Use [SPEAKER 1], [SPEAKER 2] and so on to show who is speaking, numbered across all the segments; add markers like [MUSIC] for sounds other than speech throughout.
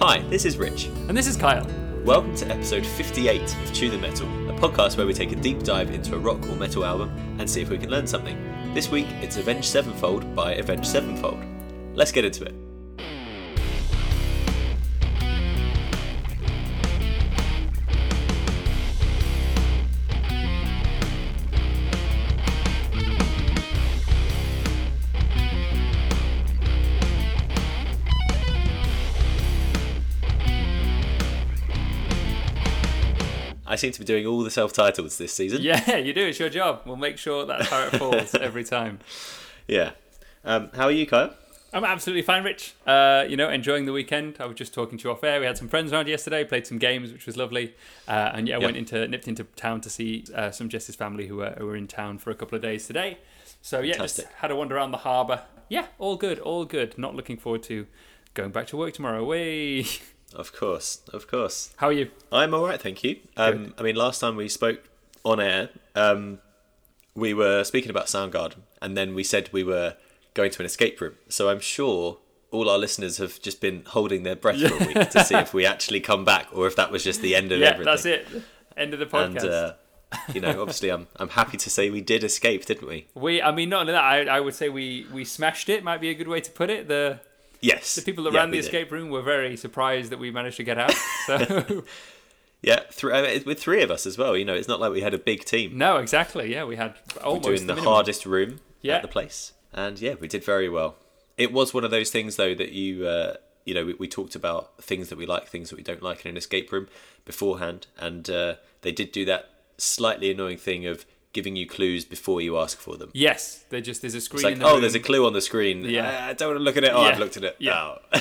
[SPEAKER 1] Hi, this is Rich.
[SPEAKER 2] And this is Kyle.
[SPEAKER 1] Welcome to episode 58 of Chew the Metal, a podcast where we take a deep dive into a rock or metal album and see if we can learn something. This week, it's Avenged Sevenfold by Avenged Sevenfold. Let's get into it. I seem to be doing all the self titles this season.
[SPEAKER 2] Yeah, [LAUGHS] you do. It's your job. We'll make sure that's how [LAUGHS] it falls every time.
[SPEAKER 1] Yeah. Um, how are you, Kyle?
[SPEAKER 2] I'm absolutely fine, Rich. Uh, you know, enjoying the weekend. I was just talking to you off air. We had some friends around yesterday, played some games, which was lovely. Uh, and yeah, I
[SPEAKER 1] Yep.
[SPEAKER 2] went into nipped into town to see uh, some Jess's family who were, who were in town for a couple of days today. So yeah,
[SPEAKER 1] Fantastic.
[SPEAKER 2] just had a wander around the harbour. Yeah, all good, all good. Not looking forward to going back to work tomorrow. Way.
[SPEAKER 1] Of course, of course.
[SPEAKER 2] [LAUGHS] How are you?
[SPEAKER 1] I'm all right, thank you. Um, I mean, last time we spoke on air, um, we were speaking about Soundgarden, and then we said we were going to an escape room. So I'm sure all our listeners have just been holding their breath for a week to see if we actually come back, or if that was just the end of
[SPEAKER 2] [LAUGHS] Yeah,
[SPEAKER 1] everything.
[SPEAKER 2] that's it. End of the
[SPEAKER 1] And
[SPEAKER 2] podcast.
[SPEAKER 1] uh, you know, obviously, I'm I'm happy to say we did escape, didn't we?
[SPEAKER 2] we, I mean, not only that, I, I would say we we smashed it. Might be a good way to put it. The
[SPEAKER 1] Yes.
[SPEAKER 2] The people that
[SPEAKER 1] Yeah,
[SPEAKER 2] ran the
[SPEAKER 1] we did.
[SPEAKER 2] escape room were very surprised that we managed to get out.
[SPEAKER 1] [LAUGHS]
[SPEAKER 2] So [LAUGHS]
[SPEAKER 1] Yeah, thr- I mean, with three of us as well. You know, it's not like we had a big team.
[SPEAKER 2] no, exactly. Yeah, we had almost
[SPEAKER 1] doing the,
[SPEAKER 2] the minimum.
[SPEAKER 1] hardest room
[SPEAKER 2] Yeah.
[SPEAKER 1] at the place, and yeah, we did very well. It was one of those things though that you uh, you know we, we talked about things that we like, things that we don't like in an escape room beforehand, and uh, they did do that slightly annoying thing of giving you clues before you ask for them.
[SPEAKER 2] Yes, they just there's a screen.
[SPEAKER 1] It's like,
[SPEAKER 2] in the
[SPEAKER 1] oh,
[SPEAKER 2] room.
[SPEAKER 1] there's a clue on the screen.
[SPEAKER 2] Yeah.
[SPEAKER 1] Yeah, I don't want to look at it. Oh,
[SPEAKER 2] Yeah.
[SPEAKER 1] I've looked at it.
[SPEAKER 2] Yeah.
[SPEAKER 1] Oh.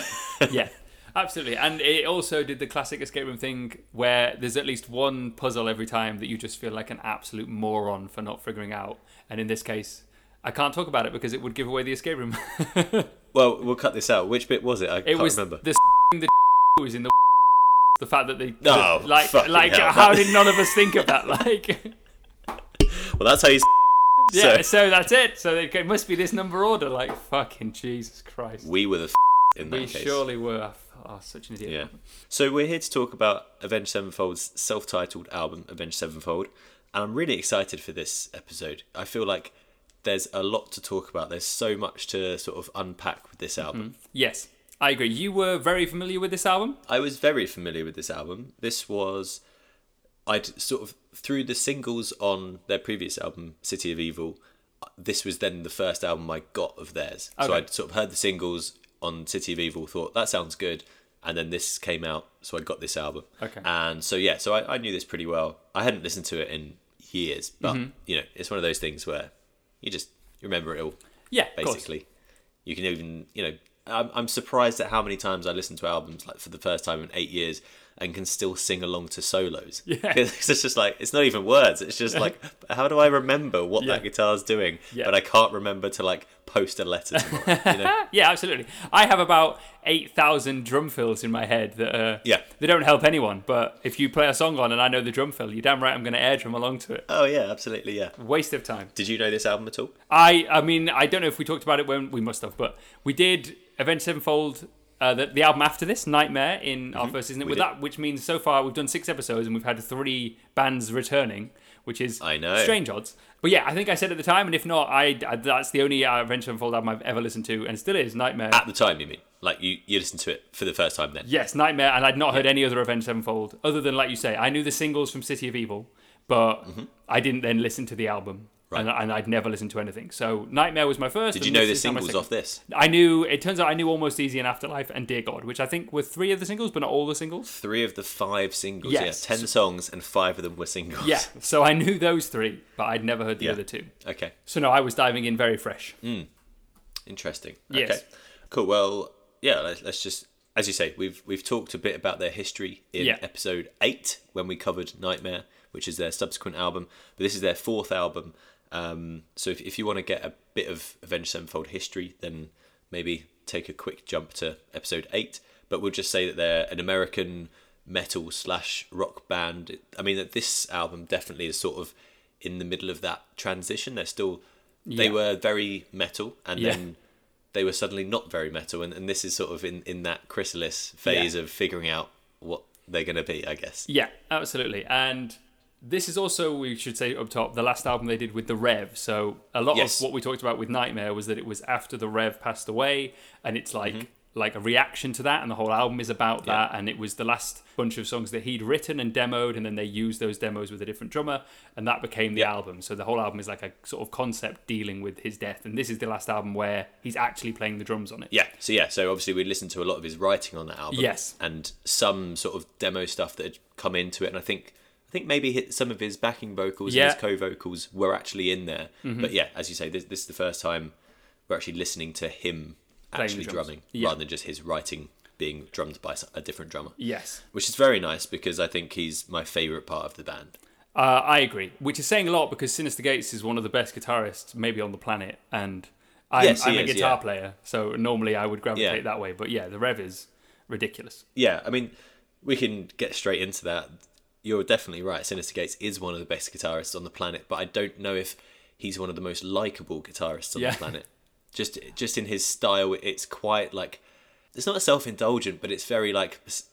[SPEAKER 1] [LAUGHS]
[SPEAKER 2] yeah, absolutely. And it also did the classic escape room thing where there's at least one puzzle every time that you just feel like an absolute moron for not figuring out. And in this case, I can't talk about it because it would give away the escape room. [LAUGHS]
[SPEAKER 1] well, we'll cut this out. Which bit was it? I
[SPEAKER 2] It
[SPEAKER 1] can't
[SPEAKER 2] was
[SPEAKER 1] remember.
[SPEAKER 2] the the [LAUGHS] was in the the fact that they
[SPEAKER 1] Oh,
[SPEAKER 2] like
[SPEAKER 1] fucking
[SPEAKER 2] like
[SPEAKER 1] hell.
[SPEAKER 2] how did none of us think of that [LAUGHS] like.
[SPEAKER 1] Well, that's how you. s-
[SPEAKER 2] Yeah,
[SPEAKER 1] So-
[SPEAKER 2] so, that's it. So they, it must be this number order. Like fucking Jesus Christ.
[SPEAKER 1] We were the f- in that
[SPEAKER 2] We
[SPEAKER 1] case.
[SPEAKER 2] surely were. Oh, such an idiot.
[SPEAKER 1] Yeah. So we're here to talk about Avenged Sevenfold's self-titled album, Avenged Sevenfold, and I'm really excited for this episode. I feel like there's a lot to talk about. There's so much to sort of unpack with this album.
[SPEAKER 2] Yes, I agree. You were very familiar with this album.
[SPEAKER 1] I was very familiar with this album. This was I'd sort of through the singles on their previous album, City of Evil. This was then the first album I got of theirs. So
[SPEAKER 2] Okay.
[SPEAKER 1] I'd sort of heard the singles on City of Evil, thought that sounds good, and then this came out, so I got this album.
[SPEAKER 2] Okay.
[SPEAKER 1] And so yeah, so I, I knew this pretty well. I hadn't listened to it in years, but
[SPEAKER 2] Mm-hmm.
[SPEAKER 1] you know, it's one of those things where you just remember it all
[SPEAKER 2] Yeah, of course.
[SPEAKER 1] basically. You can even, you know, I'm, I'm surprised at how many times I listen to albums like for the first time in eight years and can still sing along to solos.
[SPEAKER 2] Yeah.
[SPEAKER 1] 'Cause [LAUGHS] it's just like, it's not even words. It's just like, how do I remember what that
[SPEAKER 2] Yeah.
[SPEAKER 1] guitar's doing?
[SPEAKER 2] Yeah.
[SPEAKER 1] But I can't remember to like post a letter tomorrow. you
[SPEAKER 2] [LAUGHS]
[SPEAKER 1] know?
[SPEAKER 2] Yeah, absolutely. I have about eight thousand drum fills in my head that uh,
[SPEAKER 1] Yeah.
[SPEAKER 2] they don't help anyone. But if you play a song on and I know the drum fill, you damn right I'm going to air drum along to it.
[SPEAKER 1] Oh, yeah, absolutely, yeah.
[SPEAKER 2] Waste of time.
[SPEAKER 1] Did you know this album at all?
[SPEAKER 2] I I mean I don't know if we talked about it when we must have, but we did Avenged Sevenfold. Uh, the, the album after this, Nightmare, in our first season, with
[SPEAKER 1] Mm-hmm. did.
[SPEAKER 2] that, which means so far we've done six episodes and we've had three bands returning, which is
[SPEAKER 1] I know.
[SPEAKER 2] strange odds. But yeah, I think I said at the time, and if not, I, I- that's the only uh, Avenged Sevenfold album I've ever listened to, and still is Nightmare.
[SPEAKER 1] At the time, you mean? Like, you, you listened to it for the first time then?
[SPEAKER 2] yes, Nightmare, and I'd not heard any other Avenged Sevenfold other than like you say, I knew the singles from City of Evil, but
[SPEAKER 1] Mm-hmm.
[SPEAKER 2] I didn't then listen to the album, and, and I'd never listened to anything. So Nightmare was my first.
[SPEAKER 1] Did you know the singles off this?
[SPEAKER 2] I knew. It turns out I knew almost easy and afterlife and dear God, which I think were three of the singles, but not all the singles.
[SPEAKER 1] Three of the five singles. Yeah,
[SPEAKER 2] Yes.
[SPEAKER 1] ten songs and five of them were singles.
[SPEAKER 2] Yeah, so I knew those three, but I'd never heard the
[SPEAKER 1] Yeah.
[SPEAKER 2] other two.
[SPEAKER 1] [LAUGHS] Okay.
[SPEAKER 2] So no, I was diving in very fresh.
[SPEAKER 1] Interesting.
[SPEAKER 2] Yes.
[SPEAKER 1] Okay. Cool. Well, yeah. Let's, let's just, as you say, we've we've talked a bit about their history in
[SPEAKER 2] Yeah.
[SPEAKER 1] episode eight when we covered Nightmare, which is their subsequent album. But this is their fourth album. Um, so if, if you want to get a bit of Avenged Sevenfold history, then maybe take a quick jump to episode eight. But we'll just say that they're an American metal slash rock band. I mean, that this album definitely is sort of in the middle of that transition. They're still, they
[SPEAKER 2] Yeah.
[SPEAKER 1] were very metal, and
[SPEAKER 2] Yeah.
[SPEAKER 1] then they were suddenly not very metal, and, and this is sort of in, in that chrysalis phase of figuring out what they're going to be, I guess.
[SPEAKER 2] Yeah, absolutely. And this is also, we should say up top, the last album they did with The Rev. So a lot
[SPEAKER 1] Yes.
[SPEAKER 2] of what we talked about with Nightmare was that it was after The Rev passed away, and it's like
[SPEAKER 1] Mm-hmm.
[SPEAKER 2] like a reaction to that, and the whole album is about that. And it was the last bunch of songs that he'd written and demoed, and then they used those demos with a different drummer, and that became the album. So the whole album is like a sort of concept dealing with his death, and this is the last album where he's actually playing the drums on it.
[SPEAKER 1] Yeah. So yeah. So obviously we listened to a lot of his writing on that album.
[SPEAKER 2] Yes.
[SPEAKER 1] And some sort of demo stuff that had come into it, and I think I think maybe hit some of his backing vocals
[SPEAKER 2] Yeah. Mm-hmm.
[SPEAKER 1] and his co-vocals were actually in there. But yeah, as you say, this, this is the first time we're actually listening to him
[SPEAKER 2] the
[SPEAKER 1] actually
[SPEAKER 2] drums.
[SPEAKER 1] drumming
[SPEAKER 2] Yeah.
[SPEAKER 1] rather than just his writing being drummed by a different drummer,
[SPEAKER 2] Yes.
[SPEAKER 1] which is very nice because I think he's my favorite part of the band.
[SPEAKER 2] Uh, I agree, which is saying a lot because Sinister Gates is one of the best guitarists maybe on the planet, and I'm,
[SPEAKER 1] Yes, he
[SPEAKER 2] I'm a
[SPEAKER 1] is,
[SPEAKER 2] guitar
[SPEAKER 1] yeah.
[SPEAKER 2] player, so normally I would gravitate
[SPEAKER 1] Yeah.
[SPEAKER 2] that way. But yeah, the Rev is ridiculous.
[SPEAKER 1] yeah, I mean, we can get straight into that. You're definitely right. Sinister Gates is one of the best guitarists on the planet, but I don't know if he's one of the most likable guitarists on
[SPEAKER 2] Yeah.
[SPEAKER 1] the planet. Just, just in his style, it's quite like it's not self-indulgent, but it's very like s-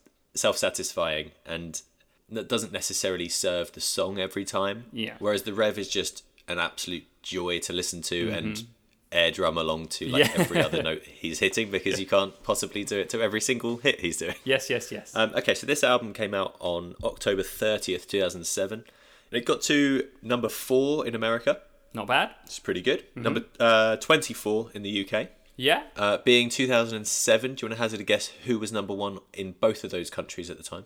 [SPEAKER 1] self-satisfying, and that doesn't necessarily serve the song every time.
[SPEAKER 2] Yeah.
[SPEAKER 1] Whereas the Rev is just an absolute joy to listen to and air drum along to like
[SPEAKER 2] Mm-hmm. Yeah.
[SPEAKER 1] every
[SPEAKER 2] [LAUGHS]
[SPEAKER 1] other note he's hitting because you can't possibly do it to every single hit he's doing.
[SPEAKER 2] Yes, yes, yes.
[SPEAKER 1] Um, okay, so this album came out on October 30th, 2007. And it got to number four in America,
[SPEAKER 2] Not bad.
[SPEAKER 1] which is pretty good.
[SPEAKER 2] Mm-hmm.
[SPEAKER 1] Number uh, 24 in the UK.
[SPEAKER 2] Yeah.
[SPEAKER 1] Uh, being 2007, do you want to hazard a guess who was number one in both of those countries at the time?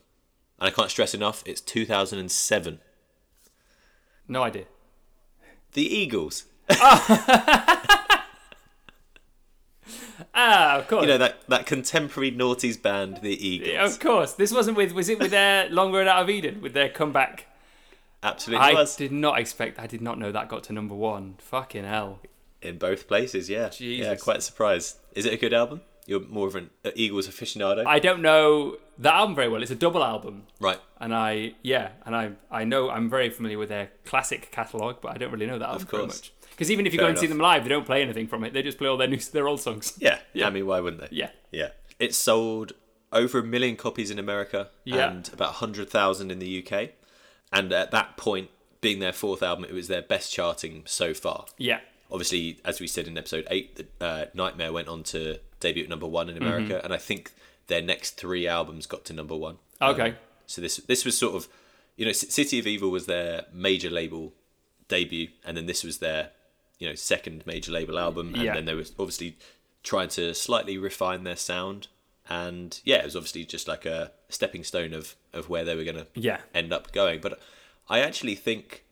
[SPEAKER 1] And I can't stress enough, it's 2007.
[SPEAKER 2] No idea.
[SPEAKER 1] The Eagles.
[SPEAKER 2] Ah, of course.
[SPEAKER 1] You know, that, that contemporary noughties band, The Eagles.
[SPEAKER 2] of course. This wasn't with. Was it
[SPEAKER 1] [LAUGHS]
[SPEAKER 2] with their Long Road Out of Eden with their comeback?
[SPEAKER 1] Absolutely
[SPEAKER 2] I
[SPEAKER 1] was.
[SPEAKER 2] did not expect. I did not know that got to number one. Fucking hell.
[SPEAKER 1] In both places, yeah. Yeah,
[SPEAKER 2] Jesus.
[SPEAKER 1] quite surprised. Is it a good album? You're more of an uh, Eagles aficionado.
[SPEAKER 2] I don't know that album very well. It's a double album.
[SPEAKER 1] right.
[SPEAKER 2] and I yeah, and I I know I'm very familiar with their classic catalog, but I don't really know that album very
[SPEAKER 1] course.
[SPEAKER 2] much. Because even if you
[SPEAKER 1] Fair
[SPEAKER 2] go and see
[SPEAKER 1] enough.
[SPEAKER 2] them live, they don't play anything from it. They just play all their new their old songs.
[SPEAKER 1] Yeah. yeah. I mean, why wouldn't they?
[SPEAKER 2] Yeah,
[SPEAKER 1] Yeah. It sold over a million copies in America
[SPEAKER 2] Yeah.
[SPEAKER 1] and about 100,000 in the UK. And at that point, being their fourth album, it was their best charting so far.
[SPEAKER 2] yeah,
[SPEAKER 1] Obviously, as we said in episode eight, the, uh, Nightmare went on to debut at number one in America.
[SPEAKER 2] Mm-hmm.
[SPEAKER 1] And I think their next three albums got to number one.
[SPEAKER 2] Okay.
[SPEAKER 1] so this this was sort of, you know, C- City of Evil was their major label debut. And then this was their, you know, second major label album. And
[SPEAKER 2] Yeah.
[SPEAKER 1] then they were obviously trying to slightly refine their sound. And yeah, it was obviously just like a stepping stone of, of where they were going to
[SPEAKER 2] Yeah.
[SPEAKER 1] end up going. But I actually think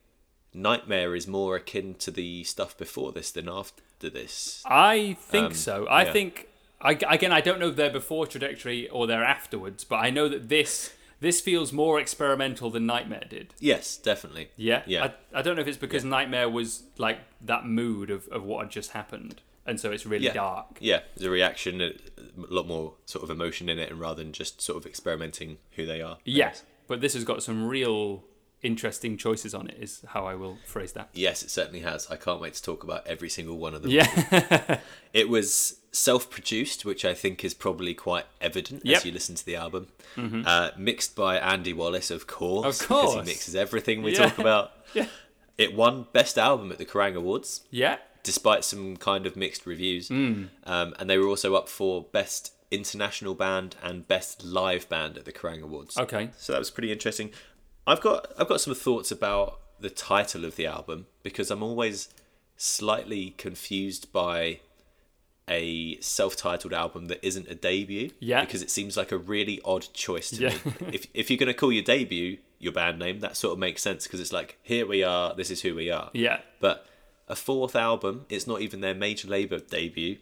[SPEAKER 1] Nightmare is more akin to the stuff before this than after this.
[SPEAKER 2] I think so. I
[SPEAKER 1] um, yeah.
[SPEAKER 2] think I, again, I don't know their before trajectory or their afterwards, but I know that this this feels more experimental than Nightmare did.
[SPEAKER 1] Yes, definitely.
[SPEAKER 2] Yeah,
[SPEAKER 1] Yeah.
[SPEAKER 2] I, I don't know if it's because Nightmare was like that mood of of what had just happened, and so it's really
[SPEAKER 1] Yeah.
[SPEAKER 2] dark.
[SPEAKER 1] Yeah, there's a reaction, uh, a lot more sort of emotion in it, and rather than just sort of experimenting who they are. I
[SPEAKER 2] Yeah,
[SPEAKER 1] guess.
[SPEAKER 2] but this has got some real interesting choices on it. Is how I will phrase that.
[SPEAKER 1] Yes, it certainly has. I can't wait to talk about every single one of them.
[SPEAKER 2] Yeah,
[SPEAKER 1] [LAUGHS] It was self produced, which I think is probably quite evident
[SPEAKER 2] Yep. Mm-hmm.
[SPEAKER 1] as you listen to the album. Uh, mixed by Andy Wallace, of course.
[SPEAKER 2] Of
[SPEAKER 1] Because he
[SPEAKER 2] course.
[SPEAKER 1] mixes everything we
[SPEAKER 2] Yeah.
[SPEAKER 1] talk about.
[SPEAKER 2] [LAUGHS] Yeah.
[SPEAKER 1] It won Best Album at the Kerrang Awards,
[SPEAKER 2] yeah,
[SPEAKER 1] despite some kind of mixed reviews.
[SPEAKER 2] Hmm.
[SPEAKER 1] Um, and they were also up for Best International Band and Best Live Band at the Kerrang Awards.
[SPEAKER 2] okay,
[SPEAKER 1] So that was pretty interesting. I've got I've got some thoughts about the title of the album because I'm always slightly confused by a self-titled album that isn't a debut.
[SPEAKER 2] Yeah.
[SPEAKER 1] Because it seems like a really odd choice to
[SPEAKER 2] Yeah. [LAUGHS]
[SPEAKER 1] me. if if you're going to call your debut your band name, that sort of makes sense because it's like here we are, this is who we are.
[SPEAKER 2] yeah,
[SPEAKER 1] But a fourth album, it's not even their major label debut,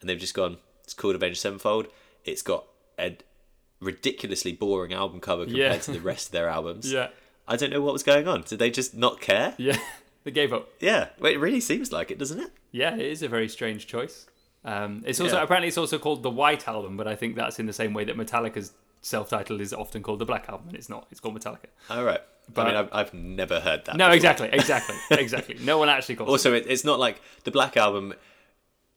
[SPEAKER 1] and they've just gone. It's called Avenged Sevenfold. It's got a ridiculously boring album cover compared
[SPEAKER 2] Yeah.
[SPEAKER 1] to the rest of
[SPEAKER 2] [LAUGHS]
[SPEAKER 1] their albums.
[SPEAKER 2] yeah,
[SPEAKER 1] I don't know what was going on. Did they just not care?
[SPEAKER 2] yeah. [LAUGHS] they gave up.
[SPEAKER 1] Yeah. Well, it really seems like it, doesn't it?
[SPEAKER 2] Yeah, it is a very strange choice. Um, it's also
[SPEAKER 1] Yeah.
[SPEAKER 2] apparently it's also called the White Album, but I think that's in the same way that Metallica's self-title is often called the Black Album, and it's not. It's called Metallica.
[SPEAKER 1] All right.
[SPEAKER 2] But-
[SPEAKER 1] I mean, I've, I've never heard that. [LAUGHS]
[SPEAKER 2] No, exactly, exactly, exactly. No one actually calls. it.
[SPEAKER 1] Also, it, it's not like the Black Album.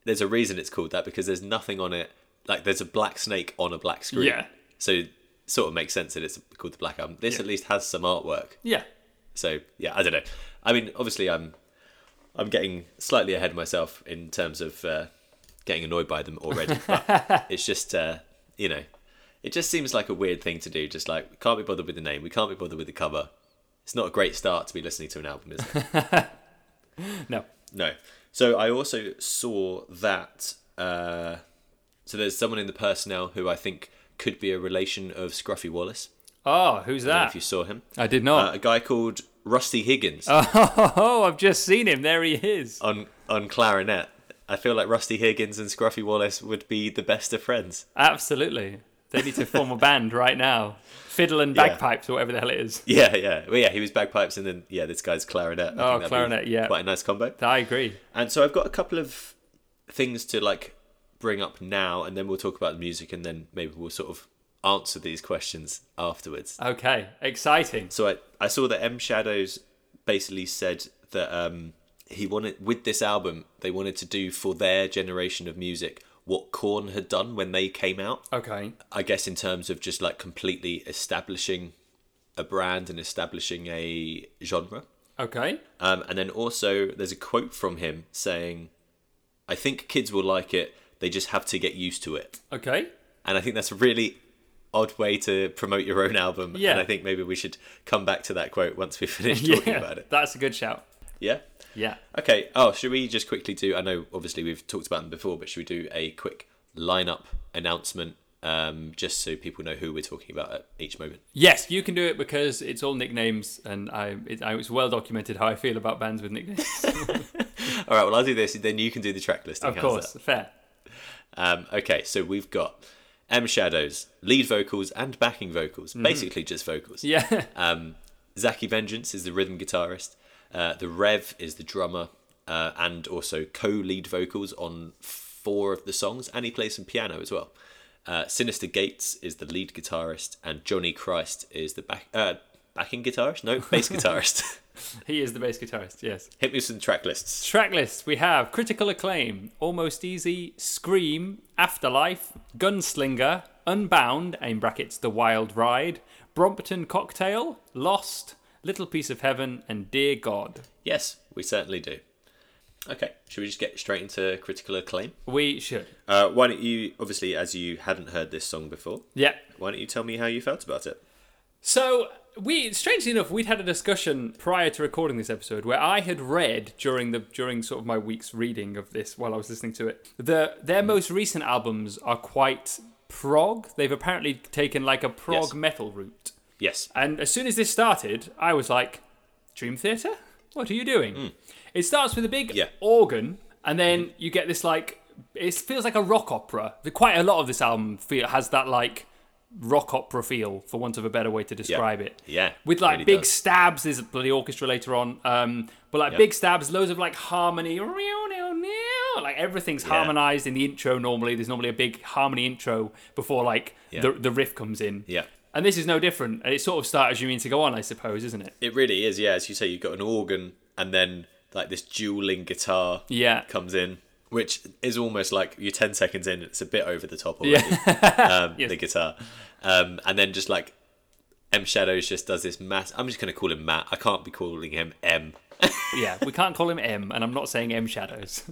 [SPEAKER 1] there's a reason it's called that because there's nothing on it. Like there's a black snake on a black screen.
[SPEAKER 2] Yeah.
[SPEAKER 1] So it sort of makes sense that it's called the Black Album. This
[SPEAKER 2] Yeah.
[SPEAKER 1] at least has some artwork.
[SPEAKER 2] Yeah.
[SPEAKER 1] So yeah, I don't know. I mean, obviously, I'm I'm getting slightly ahead of myself in terms of uh, getting annoyed by them already. But it's just uh, you know, it just seems like a weird thing to do. Just like we can't be bothered with the name, we can't be bothered with the cover. It's not a great start to be listening to an album, is it?
[SPEAKER 2] No.
[SPEAKER 1] no. So I also saw that. Uh, so there's someone in the personnel who I think could be a relation of Scruffy Wallace.
[SPEAKER 2] Oh, who's
[SPEAKER 1] I don't know
[SPEAKER 2] that?
[SPEAKER 1] if you saw him,
[SPEAKER 2] I did
[SPEAKER 1] uh,
[SPEAKER 2] not.
[SPEAKER 1] a guy called Rusty Higgins.
[SPEAKER 2] oh, I've just seen him. There he is.
[SPEAKER 1] on on clarinet. I feel like Rusty Higgins and Scruffy Wallace would be the best of friends. [LAUGHS]
[SPEAKER 2] Absolutely. They need to form a band right now. Fiddle and
[SPEAKER 1] Yeah.
[SPEAKER 2] bagpipes or whatever the hell it is.
[SPEAKER 1] Yeah, yeah, well, yeah. He was bagpipes, and then yeah, this guy's clarinet. I think
[SPEAKER 2] Oh,
[SPEAKER 1] that'd be
[SPEAKER 2] clarinet, yeah.
[SPEAKER 1] quite a nice combo.
[SPEAKER 2] I agree.
[SPEAKER 1] And so I've got a couple of things to like bring up now, and then we'll talk about the music, and then maybe we'll sort of answer these questions afterwards.
[SPEAKER 2] Okay. Exciting.
[SPEAKER 1] So I, I saw that M Shadows basically said that um, he wanted with this album they wanted to do for their generation of music what Korn had done when they came out.
[SPEAKER 2] Okay.
[SPEAKER 1] I guess in terms of just like completely establishing a brand and establishing a genre.
[SPEAKER 2] Okay.
[SPEAKER 1] Um, and then also, there's a quote from him saying, I think kids will like it, they just have to get used to it.
[SPEAKER 2] Okay.
[SPEAKER 1] And I think that's a really odd way to promote your own album.
[SPEAKER 2] Yeah.
[SPEAKER 1] And I think maybe we should come back to that quote once we finish talking
[SPEAKER 2] [LAUGHS] Yeah.
[SPEAKER 1] about it.
[SPEAKER 2] That's a good shout.
[SPEAKER 1] Yeah.
[SPEAKER 2] Yeah.
[SPEAKER 1] Okay. Oh, should we just quickly do? I know, obviously, we've talked about them before, but should we do a quick lineup announcement um, just so people know who we're talking about at each moment?
[SPEAKER 2] Yes, you can do it because it's all nicknames, and I, it, I it's well documented how I feel about bands
[SPEAKER 1] [LAUGHS]
[SPEAKER 2] with nicknames.
[SPEAKER 1] All right. Well, I'll do this. Then you can do the track listing.
[SPEAKER 2] of
[SPEAKER 1] how's
[SPEAKER 2] course, fair.
[SPEAKER 1] that? Um, okay. So we've got M Shadows, lead vocals and backing vocals, basically just vocals.
[SPEAKER 2] Mm-hmm. Yeah. [LAUGHS]
[SPEAKER 1] Um, Zaki Vengeance is the rhythm guitarist. Uh, the Rev is the drummer uh, and also co-lead vocals on four of the songs, and he plays some piano as well. Uh, Sinister Gates is the lead guitarist, and Johnny Christ is the back uh, backing guitarist. No,
[SPEAKER 2] [LAUGHS]
[SPEAKER 1] bass guitarist. [LAUGHS]
[SPEAKER 2] He is the bass guitarist, yes.
[SPEAKER 1] Hit me with some track lists.
[SPEAKER 2] Track list we have Critical Acclaim, Almost Easy, Scream, Afterlife, Gunslinger, Unbound, in brackets The Wild Ride, Brompton Cocktail, Lost, Little Piece of Heaven, and Dear God.
[SPEAKER 1] Yes, we certainly do. Okay, should we just get straight into critical acclaim?
[SPEAKER 2] We should.
[SPEAKER 1] Uh, why don't you, obviously, as you hadn't heard this song before,
[SPEAKER 2] Yep.
[SPEAKER 1] why don't you tell me how you felt about it?
[SPEAKER 2] So we, strangely enough, we'd had a discussion prior to recording this episode where I had read during the during sort of my week's reading of this while I was listening to it. The their most recent albums are quite prog. They've apparently taken like a prog
[SPEAKER 1] Yes.
[SPEAKER 2] metal route.
[SPEAKER 1] Yes.
[SPEAKER 2] And as soon as this started, I was like, Dream Theater? What are you doing? It starts with a big
[SPEAKER 1] Hmm. Yeah.
[SPEAKER 2] organ, and then you get this like, it feels like a rock opera. The- Quite a lot of this album feel, has that like rock opera feel, for want of a better way to describe it.
[SPEAKER 1] Yeah,
[SPEAKER 2] With like
[SPEAKER 1] really
[SPEAKER 2] big
[SPEAKER 1] does.
[SPEAKER 2] stabs, there's a bloody orchestra later on, um, but like big stabs, loads of like harmony. Like everything's harmonized in the intro normally. There's normally a big harmony intro before like the, the riff comes in.
[SPEAKER 1] Yeah.
[SPEAKER 2] And this is no different. And it sort of starts you mean to go on, I suppose, isn't it?
[SPEAKER 1] It really is, yeah. As you say, you've got an organ and then like this dueling guitar
[SPEAKER 2] Yeah.
[SPEAKER 1] comes in, which is almost like you're 10 seconds in, it's a bit over the top already, [LAUGHS] um, the guitar. Um, and then just like M Shadows just does this mass. I'm just going to call him Matt. I can't be calling him M.
[SPEAKER 2] yeah. We can't call him M, and I'm not saying M Shadows. [LAUGHS]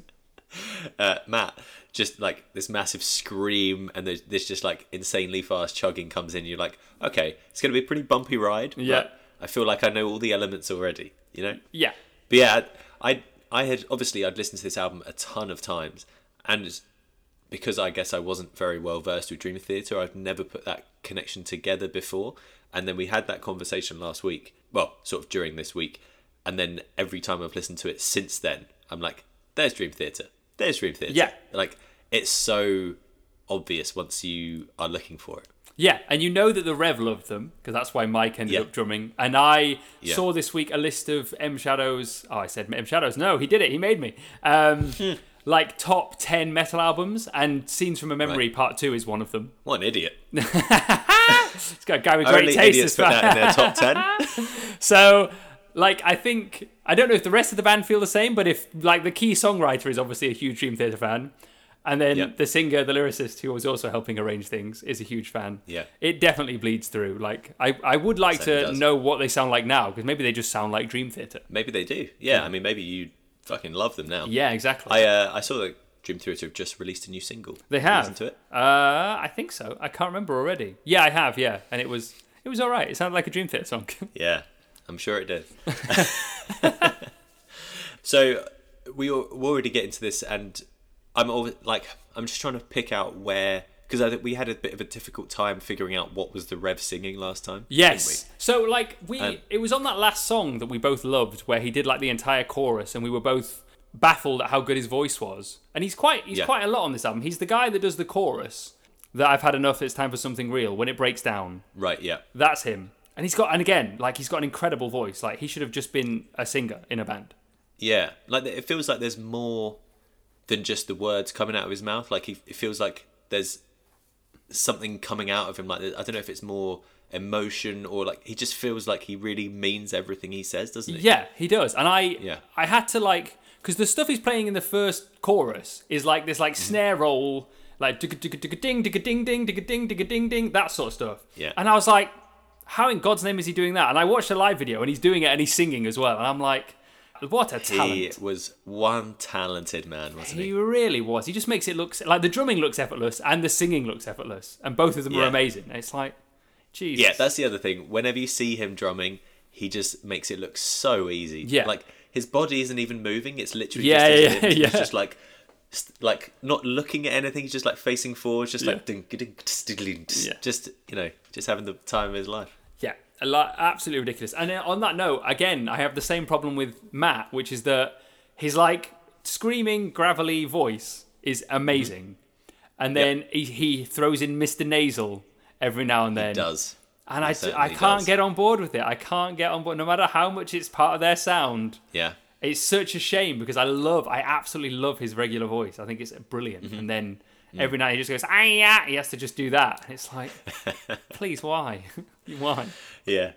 [SPEAKER 1] Uh, Matt, just like this massive scream and there's this just like insanely fast chugging comes in. You're like, okay, it's going to be a pretty bumpy ride. but
[SPEAKER 2] Yeah.
[SPEAKER 1] I feel like I know all the elements already, you know?
[SPEAKER 2] yeah.
[SPEAKER 1] But yeah, I I had obviously I'd listened to this album a ton of times, and it's- because I guess I wasn't very well versed with Dream Theater, I've never put that connection together before. And then we had that conversation last week, well, sort of during this week, and then every time I've listened to it since then, I'm like, there's Dream Theater, there's Dream Theater.
[SPEAKER 2] Yeah.
[SPEAKER 1] like it's so obvious once you are looking for it.
[SPEAKER 2] Yeah. And you know that the Rev loved them, because that's why Mike ended
[SPEAKER 1] Yeah.
[SPEAKER 2] up drumming. And I saw this week a list of M Shadows. Oh, I said M Shadows. No, he did it. He made me. [LAUGHS] Um, like top 10 metal albums, and Scenes from a Memory Part 2 is one of them.
[SPEAKER 1] What an idiot!
[SPEAKER 2] It's got a guy with great
[SPEAKER 1] Only
[SPEAKER 2] taste
[SPEAKER 1] idiots
[SPEAKER 2] as
[SPEAKER 1] put
[SPEAKER 2] well. [LAUGHS]
[SPEAKER 1] that in their top ten.
[SPEAKER 2] So like I think I don't know if the rest of the band feel the same, but if like the key songwriter is obviously a huge Dream Theater fan, and then
[SPEAKER 1] Yeah.
[SPEAKER 2] the singer, the lyricist who was also helping arrange things, is a huge fan.
[SPEAKER 1] Yeah.
[SPEAKER 2] it definitely bleeds through. Like I, I would like
[SPEAKER 1] Certainly
[SPEAKER 2] to
[SPEAKER 1] does.
[SPEAKER 2] know what they sound like now because maybe they just sound like Dream Theater.
[SPEAKER 1] Maybe they do. Yeah, I mean, maybe you fucking love them now.
[SPEAKER 2] Yeah, exactly.
[SPEAKER 1] I uh, I saw that Dream Theater have just released a new single.
[SPEAKER 2] they
[SPEAKER 1] Have you
[SPEAKER 2] have.
[SPEAKER 1] listened to it.
[SPEAKER 2] Uh, I think so. I can't remember already. Yeah, I have. Yeah, and it was it was all right. It sounded like a Dream Theater song. [LAUGHS]
[SPEAKER 1] Yeah, I'm sure it did. [LAUGHS] so we al- we're already get into this, and I'm always, like, I'm just trying to pick out where because I think we had a bit of a difficult time figuring out what was the Rev singing last time. didn't
[SPEAKER 2] Yes. So like we,
[SPEAKER 1] Um,
[SPEAKER 2] it was on that last song that we both loved, where he did like the entire chorus, and we were both baffled at how good his voice was. And he's quite, he's
[SPEAKER 1] Yeah.
[SPEAKER 2] quite a lot on this album. He's the guy that does the chorus. That I've had enough. It's time for something real. When it breaks down,
[SPEAKER 1] we? Right. Yeah.
[SPEAKER 2] that's him. And he's got, and again, like he's got an incredible voice. Like he should have just been a singer in a band.
[SPEAKER 1] Yeah. Like it feels like there's more than just the words coming out of his mouth. Like he, it feels like there's something coming out of him. Like I don't know if it's more emotion or like he just feels like he really means everything he says, doesn't he?
[SPEAKER 2] Yeah, he does. And I
[SPEAKER 1] Yeah.
[SPEAKER 2] I had to like because the stuff he's playing in the first chorus is like this
[SPEAKER 1] Mm.
[SPEAKER 2] like snare roll like digga digga digga ding digga ding ding digga ding digga ding ding that sort of stuff.
[SPEAKER 1] Yeah.
[SPEAKER 2] And I was like, how in God's name is he doing that? And I watched a live video and he's doing it and he's singing as well. And I'm like, what a talent.
[SPEAKER 1] He was one talented man, wasn't
[SPEAKER 2] He
[SPEAKER 1] he?
[SPEAKER 2] really was. He just makes it look like the drumming looks effortless and the singing looks effortless, and both of them are
[SPEAKER 1] Yeah.
[SPEAKER 2] amazing. And It's like, Jesus.
[SPEAKER 1] Yeah, that's the other thing. Whenever you see him drumming, he just makes it look so easy.
[SPEAKER 2] Yeah.
[SPEAKER 1] like his body isn't even moving. It's literally
[SPEAKER 2] Yeah,
[SPEAKER 1] just his
[SPEAKER 2] yeah, [LAUGHS]
[SPEAKER 1] limbs. He's
[SPEAKER 2] yeah.
[SPEAKER 1] just like. st- Like not looking at anything, he's just like facing forward, just like
[SPEAKER 2] Yeah.
[SPEAKER 1] ding, ding, tss, diddling, tss,
[SPEAKER 2] Yeah.
[SPEAKER 1] just you know, just having the time of his life.
[SPEAKER 2] Yeah, a lot, absolutely ridiculous. And then on that note, again, I have the same problem with Matt, which is that his like screaming gravelly voice is
[SPEAKER 1] Mm-hmm.
[SPEAKER 2] amazing, and then he, he throws in Mr. Nasal every now and then.
[SPEAKER 1] Does
[SPEAKER 2] And I, d- I
[SPEAKER 1] certainly
[SPEAKER 2] can't
[SPEAKER 1] does.
[SPEAKER 2] get on board with it. I can't get on board, no matter how much it's part of their sound.
[SPEAKER 1] yeah,
[SPEAKER 2] It's such a shame because I love, I absolutely love his regular voice. I think it's brilliant.
[SPEAKER 1] Mm-hmm.
[SPEAKER 2] And then
[SPEAKER 1] Mm.
[SPEAKER 2] every night he just goes, ah, yeah, he has to just do that. And it's
[SPEAKER 1] [LAUGHS]
[SPEAKER 2] like, please, why? [LAUGHS] why?
[SPEAKER 1] yeah,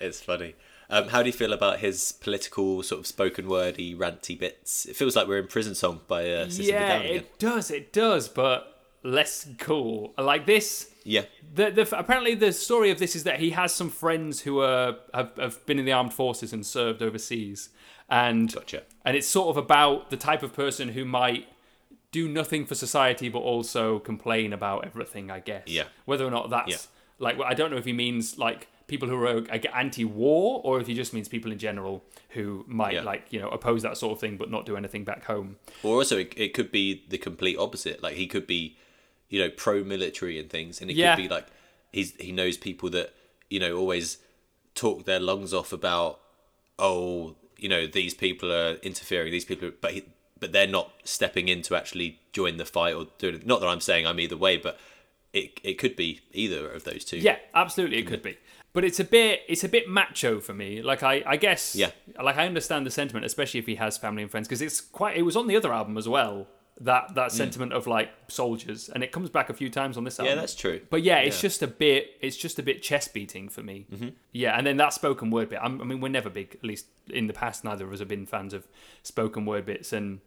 [SPEAKER 1] it's funny. Um, how do you feel about his political sort of spoken wordy ranty bits? It feels like we're in Prison Song by uh, System of a
[SPEAKER 2] yeah,
[SPEAKER 1] Down again.
[SPEAKER 2] it does, it does, but less cool. Like this,
[SPEAKER 1] Yeah,
[SPEAKER 2] the, the apparently the story of this is that he has some friends who are have, have been in the armed forces and served overseas, and
[SPEAKER 1] Gotcha.
[SPEAKER 2] and it's sort of about the type of person who might do nothing for society but also complain about everything. I guess.
[SPEAKER 1] Yeah.
[SPEAKER 2] Whether or not that's like, well, I don't know if he means like people who are like, anti-war or if he just means people in general who might
[SPEAKER 1] Yeah.
[SPEAKER 2] like you know oppose that sort of thing but not do anything back home.
[SPEAKER 1] Or also, it, it could be the complete opposite. Like he could be, you know, pro-military and things, and it
[SPEAKER 2] Yeah.
[SPEAKER 1] could be like he's he knows people that you know always talk their lungs off about oh you know these people are interfering, these people, are, but he, but they're not stepping in to actually join the fight or do it. Not that I'm saying I'm either way, but it it could be either of those two.
[SPEAKER 2] Yeah, absolutely, it could be. But it's a bit it's a bit macho for me. Like I, I guess
[SPEAKER 1] Yeah.
[SPEAKER 2] like I understand the sentiment, especially if he has family and friends, because it's quite it was on the other album as well. That that sentiment of like soldiers, and it comes back a few times on this album.
[SPEAKER 1] Mm. yeah, that's true.
[SPEAKER 2] But yeah, it's
[SPEAKER 1] Yeah. Mm-hmm.
[SPEAKER 2] just a bit it's just a bit chest beating for me. Yeah, and then that spoken word bit. I'm, I mean, we're never big, at least in the past. Neither of us have been fans of spoken word bits, and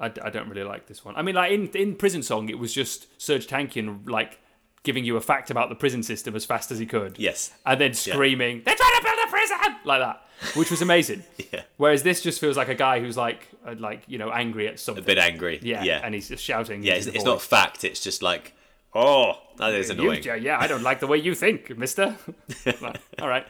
[SPEAKER 2] I, d- I don't really like this one. I mean, like in in Prison Song, it was just Serge Tankian like giving you a fact about the prison system as fast as he could.
[SPEAKER 1] Yes.
[SPEAKER 2] And then screaming, "They're trying to build a prison!" like that, which was amazing.
[SPEAKER 1] [LAUGHS] Yeah.
[SPEAKER 2] Whereas this just feels like a guy who's like uh, like you know angry at something.
[SPEAKER 1] A bit angry.
[SPEAKER 2] yeah,
[SPEAKER 1] yeah,
[SPEAKER 2] and he's just shouting.
[SPEAKER 1] yeah. It's, it's not fact. It's just like oh, that is
[SPEAKER 2] You-
[SPEAKER 1] annoying.
[SPEAKER 2] yeah, yeah, I don't like the way you think,
[SPEAKER 1] [LAUGHS]
[SPEAKER 2] mister. Like, All right.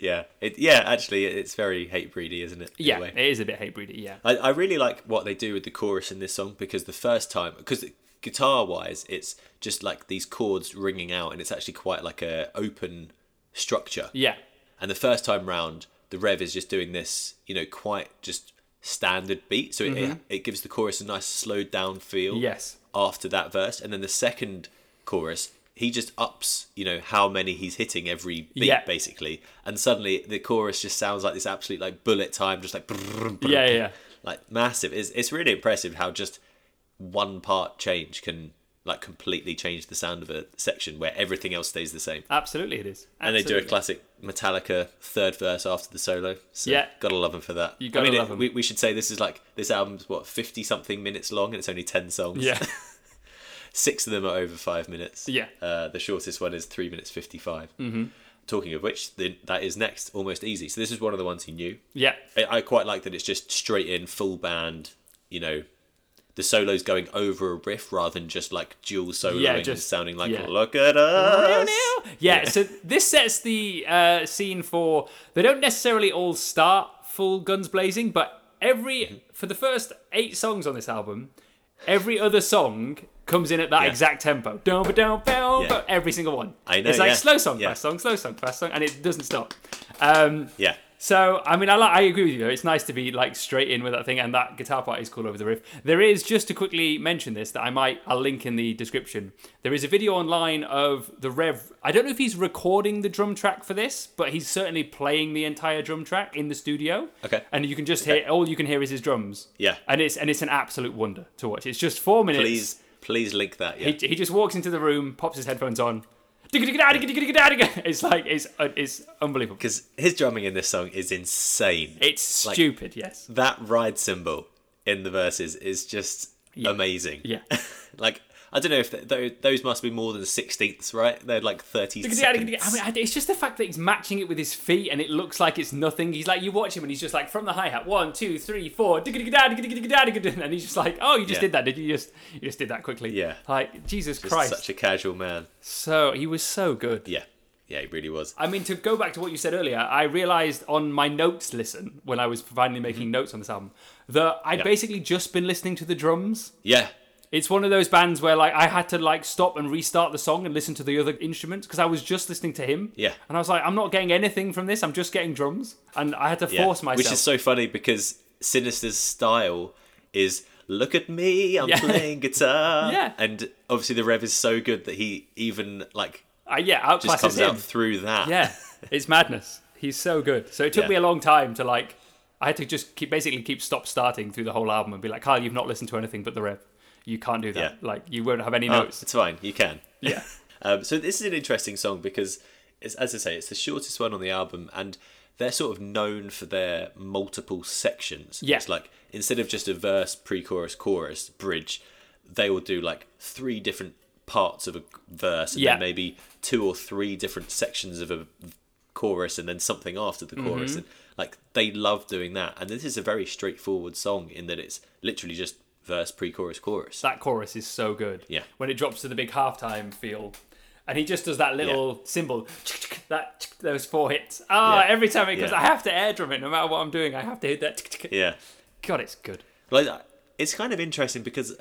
[SPEAKER 1] Yeah, it, yeah. Actually, it's very hate breedy, isn't it? in a
[SPEAKER 2] Yeah,
[SPEAKER 1] way?
[SPEAKER 2] it is a bit hate breedy, yeah.
[SPEAKER 1] I, I really like what they do with the chorus in this song because the first time, because guitar wise, it's just like these chords ringing out, and it's actually quite like a open structure.
[SPEAKER 2] Yeah.
[SPEAKER 1] And the first time round, the rev is just doing this, you know, quite just standard beat. So it,
[SPEAKER 2] Mm-hmm.
[SPEAKER 1] it, it gives the chorus a nice slowed down feel.
[SPEAKER 2] Yes.
[SPEAKER 1] After that verse, and then the second chorus, he just ups, you know, how many he's hitting every beat
[SPEAKER 2] Yeah.
[SPEAKER 1] basically, and suddenly the chorus just sounds like this absolute like bullet time, just like brrrr, brrrr,
[SPEAKER 2] Yeah, yeah, yeah.
[SPEAKER 1] like massive. It's it's really impressive how just one part change can like completely change the sound of a section where everything else stays the same.
[SPEAKER 2] Absolutely it is.
[SPEAKER 1] And they do a
[SPEAKER 2] Absolutely.
[SPEAKER 1] classic Metallica third verse after the solo. So
[SPEAKER 2] Yeah.
[SPEAKER 1] gotta love them for that.
[SPEAKER 2] You gotta
[SPEAKER 1] I mean,
[SPEAKER 2] love 'em.
[SPEAKER 1] We, we should say this is like this album's what fifty something minutes long, and it's only ten songs.
[SPEAKER 2] Yeah.
[SPEAKER 1] six of them are over five minutes.
[SPEAKER 2] Yeah.
[SPEAKER 1] uh, the shortest one is three minutes fifty-five. Mm-hmm. Talking of which, the, that is next, almost easy. So this is one of the ones he knew. [LAUGHS]
[SPEAKER 2] Yeah.
[SPEAKER 1] I, I quite like that it's just straight in full band. You know, the solos going over a riff rather than just like dual soloing,
[SPEAKER 2] Yeah,
[SPEAKER 1] and
[SPEAKER 2] just-
[SPEAKER 1] sounding like
[SPEAKER 2] yeah.
[SPEAKER 1] "Look at us."
[SPEAKER 2] Yeah, so this sets the uh, scene for they don't necessarily all start full guns blazing, but
[SPEAKER 1] Mm-hmm.
[SPEAKER 2] every for the first eight songs on this album, every other song comes in at that
[SPEAKER 1] Yeah.
[SPEAKER 2] exact tempo. Dum ba dum ba
[SPEAKER 1] Yeah.
[SPEAKER 2] ba, every single one.
[SPEAKER 1] I know,
[SPEAKER 2] It's like
[SPEAKER 1] yeah.
[SPEAKER 2] slow song,
[SPEAKER 1] Yeah.
[SPEAKER 2] fast song, slow song, fast song, and it doesn't stop. Um,
[SPEAKER 1] Yeah,
[SPEAKER 2] so I mean, I like, I agree with you. though. It's nice to be like straight in with that thing, and that guitar part is cool over the riff. There is just to quickly mention this that I might I'll link in the description. There is a video online of the Rev. I don't know if he's recording the drum track for this, but he's certainly playing the entire drum track in the studio.
[SPEAKER 1] Okay.
[SPEAKER 2] and you can just
[SPEAKER 1] Okay.
[SPEAKER 2] hear all you can hear is his drums.
[SPEAKER 1] Yeah.
[SPEAKER 2] and it's and it's an absolute wonder to watch. It's just four minutes.
[SPEAKER 1] please, please link that. Yeah,
[SPEAKER 2] He, he just walks into the room, pops his headphones on. It's like it's uh, it's unbelievable.
[SPEAKER 1] because his drumming in this song is insane.
[SPEAKER 2] It's
[SPEAKER 1] Like-
[SPEAKER 2] stupid. Yes.
[SPEAKER 1] that ride symbol in the verses is just amazing.
[SPEAKER 2] Yeah.
[SPEAKER 1] [LAUGHS] like I don't know if th- tho- those must be more than sixteenths, right? They're like thirty.
[SPEAKER 2] I mean,
[SPEAKER 1] seconds.
[SPEAKER 2] I- it's just the fact that he's matching it with his feet, and it looks like it's nothing. He's like, you watch him, and he's just like from the hi hat, one, two, three, four, and he's just like, oh, you just
[SPEAKER 1] Yeah.
[SPEAKER 2] did that, did you? You Just you just did that quickly.
[SPEAKER 1] Yeah.
[SPEAKER 2] Like Jesus
[SPEAKER 1] Just
[SPEAKER 2] Christ.
[SPEAKER 1] Such a casual man.
[SPEAKER 2] So he was so good.
[SPEAKER 1] Yeah, yeah, he really was.
[SPEAKER 2] I mean, to go back to what you said earlier, I realized on my notes listen when I was finally making
[SPEAKER 1] Mm-hmm.
[SPEAKER 2] notes on this album that I'd basically just been listening to the drums.
[SPEAKER 1] Yeah,
[SPEAKER 2] It's one of those bands where like I had to like stop and restart the song and listen to the other instruments because I was just listening to him.
[SPEAKER 1] Yeah.
[SPEAKER 2] And I was like, I'm not getting anything from this. I'm just getting drums, and I had to
[SPEAKER 1] yeah.
[SPEAKER 2] force myself.
[SPEAKER 1] Which is so funny because Sinister's style is look at me, I'm
[SPEAKER 2] Yeah.
[SPEAKER 1] playing guitar.
[SPEAKER 2] [LAUGHS] Yeah.
[SPEAKER 1] and obviously the rev is so good that he even like
[SPEAKER 2] uh, yeah,
[SPEAKER 1] just
[SPEAKER 2] outclasses
[SPEAKER 1] comes
[SPEAKER 2] him.
[SPEAKER 1] out through that. [LAUGHS]
[SPEAKER 2] yeah, it's madness. He's so good. So it took
[SPEAKER 1] Yeah.
[SPEAKER 2] me a long time to like. I had to just keep basically keep stop starting through the whole album and be like, Kyle, you've not listened to anything but the rev. You can't do that.
[SPEAKER 1] Yeah.
[SPEAKER 2] Like you won't have any
[SPEAKER 1] Oh, [LAUGHS]
[SPEAKER 2] notes.
[SPEAKER 1] it's fine. You can.
[SPEAKER 2] [LAUGHS] Yeah.
[SPEAKER 1] Um, so this is an interesting song because, it's, as I say, it's the shortest one on the album, and they're sort of known for their multiple sections.
[SPEAKER 2] Yeah.
[SPEAKER 1] It's like instead of just a verse, pre-chorus, chorus, bridge, they will do like three different parts of a verse, and
[SPEAKER 2] Yeah.
[SPEAKER 1] then maybe two or three different sections of a chorus, and then something after
[SPEAKER 2] Mm-hmm.
[SPEAKER 1] the chorus. And like they love doing that, and this is a very straightforward song in that it's literally just verse, pre-chorus, chorus.
[SPEAKER 2] That chorus is so good.
[SPEAKER 1] Yeah.
[SPEAKER 2] When it drops to the big halftime feel. And he just does that little cymbal, that those four hits. Ah,
[SPEAKER 1] Yeah.
[SPEAKER 2] every time it goes,
[SPEAKER 1] Yeah.
[SPEAKER 2] I have to air drum it, no matter what I'm doing. I have to hit that.
[SPEAKER 1] yeah.
[SPEAKER 2] God, it's good.
[SPEAKER 1] like it's kind of interesting because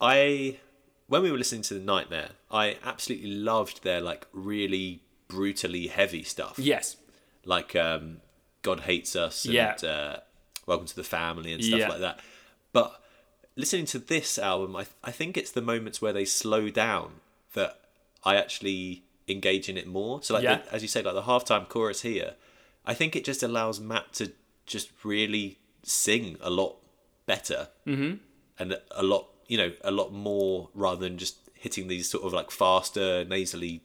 [SPEAKER 1] i when we were listening to the nightmare i absolutely loved their like really brutally heavy stuff
[SPEAKER 2] Yes,
[SPEAKER 1] like um god hates us and
[SPEAKER 2] Yeah.
[SPEAKER 1] uh, welcome to the family and stuff
[SPEAKER 2] Yeah.
[SPEAKER 1] like that but listening to this album I, I think it's the moments where they slow down that i actually engage in it more so like
[SPEAKER 2] Yeah.
[SPEAKER 1] the- as you say like the halftime chorus here i think it just allows matt to just really sing a lot better
[SPEAKER 2] Mm-hmm.
[SPEAKER 1] and a lot you know a lot more rather than just hitting these sort of like faster nasally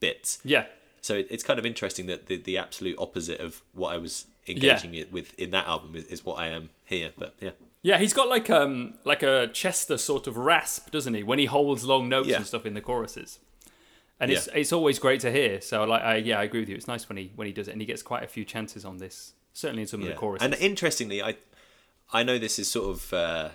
[SPEAKER 1] bits
[SPEAKER 2] yeah,
[SPEAKER 1] so it, it's kind of interesting that the, the absolute opposite of what I was engaging it with in that album is, is what I am here. But yeah,
[SPEAKER 2] yeah. He's got like um like a Chester sort of rasp, doesn't he? When he holds long notes
[SPEAKER 1] Yeah.
[SPEAKER 2] and stuff in the choruses, and it's
[SPEAKER 1] Yeah.
[SPEAKER 2] it's always great to hear. So like, I, yeah, I agree with you. It's nice when he when he does it, and he gets quite a few chances on this. Certainly in some of
[SPEAKER 1] yeah.
[SPEAKER 2] the choruses.
[SPEAKER 1] and interestingly, I I know this is sort of uh,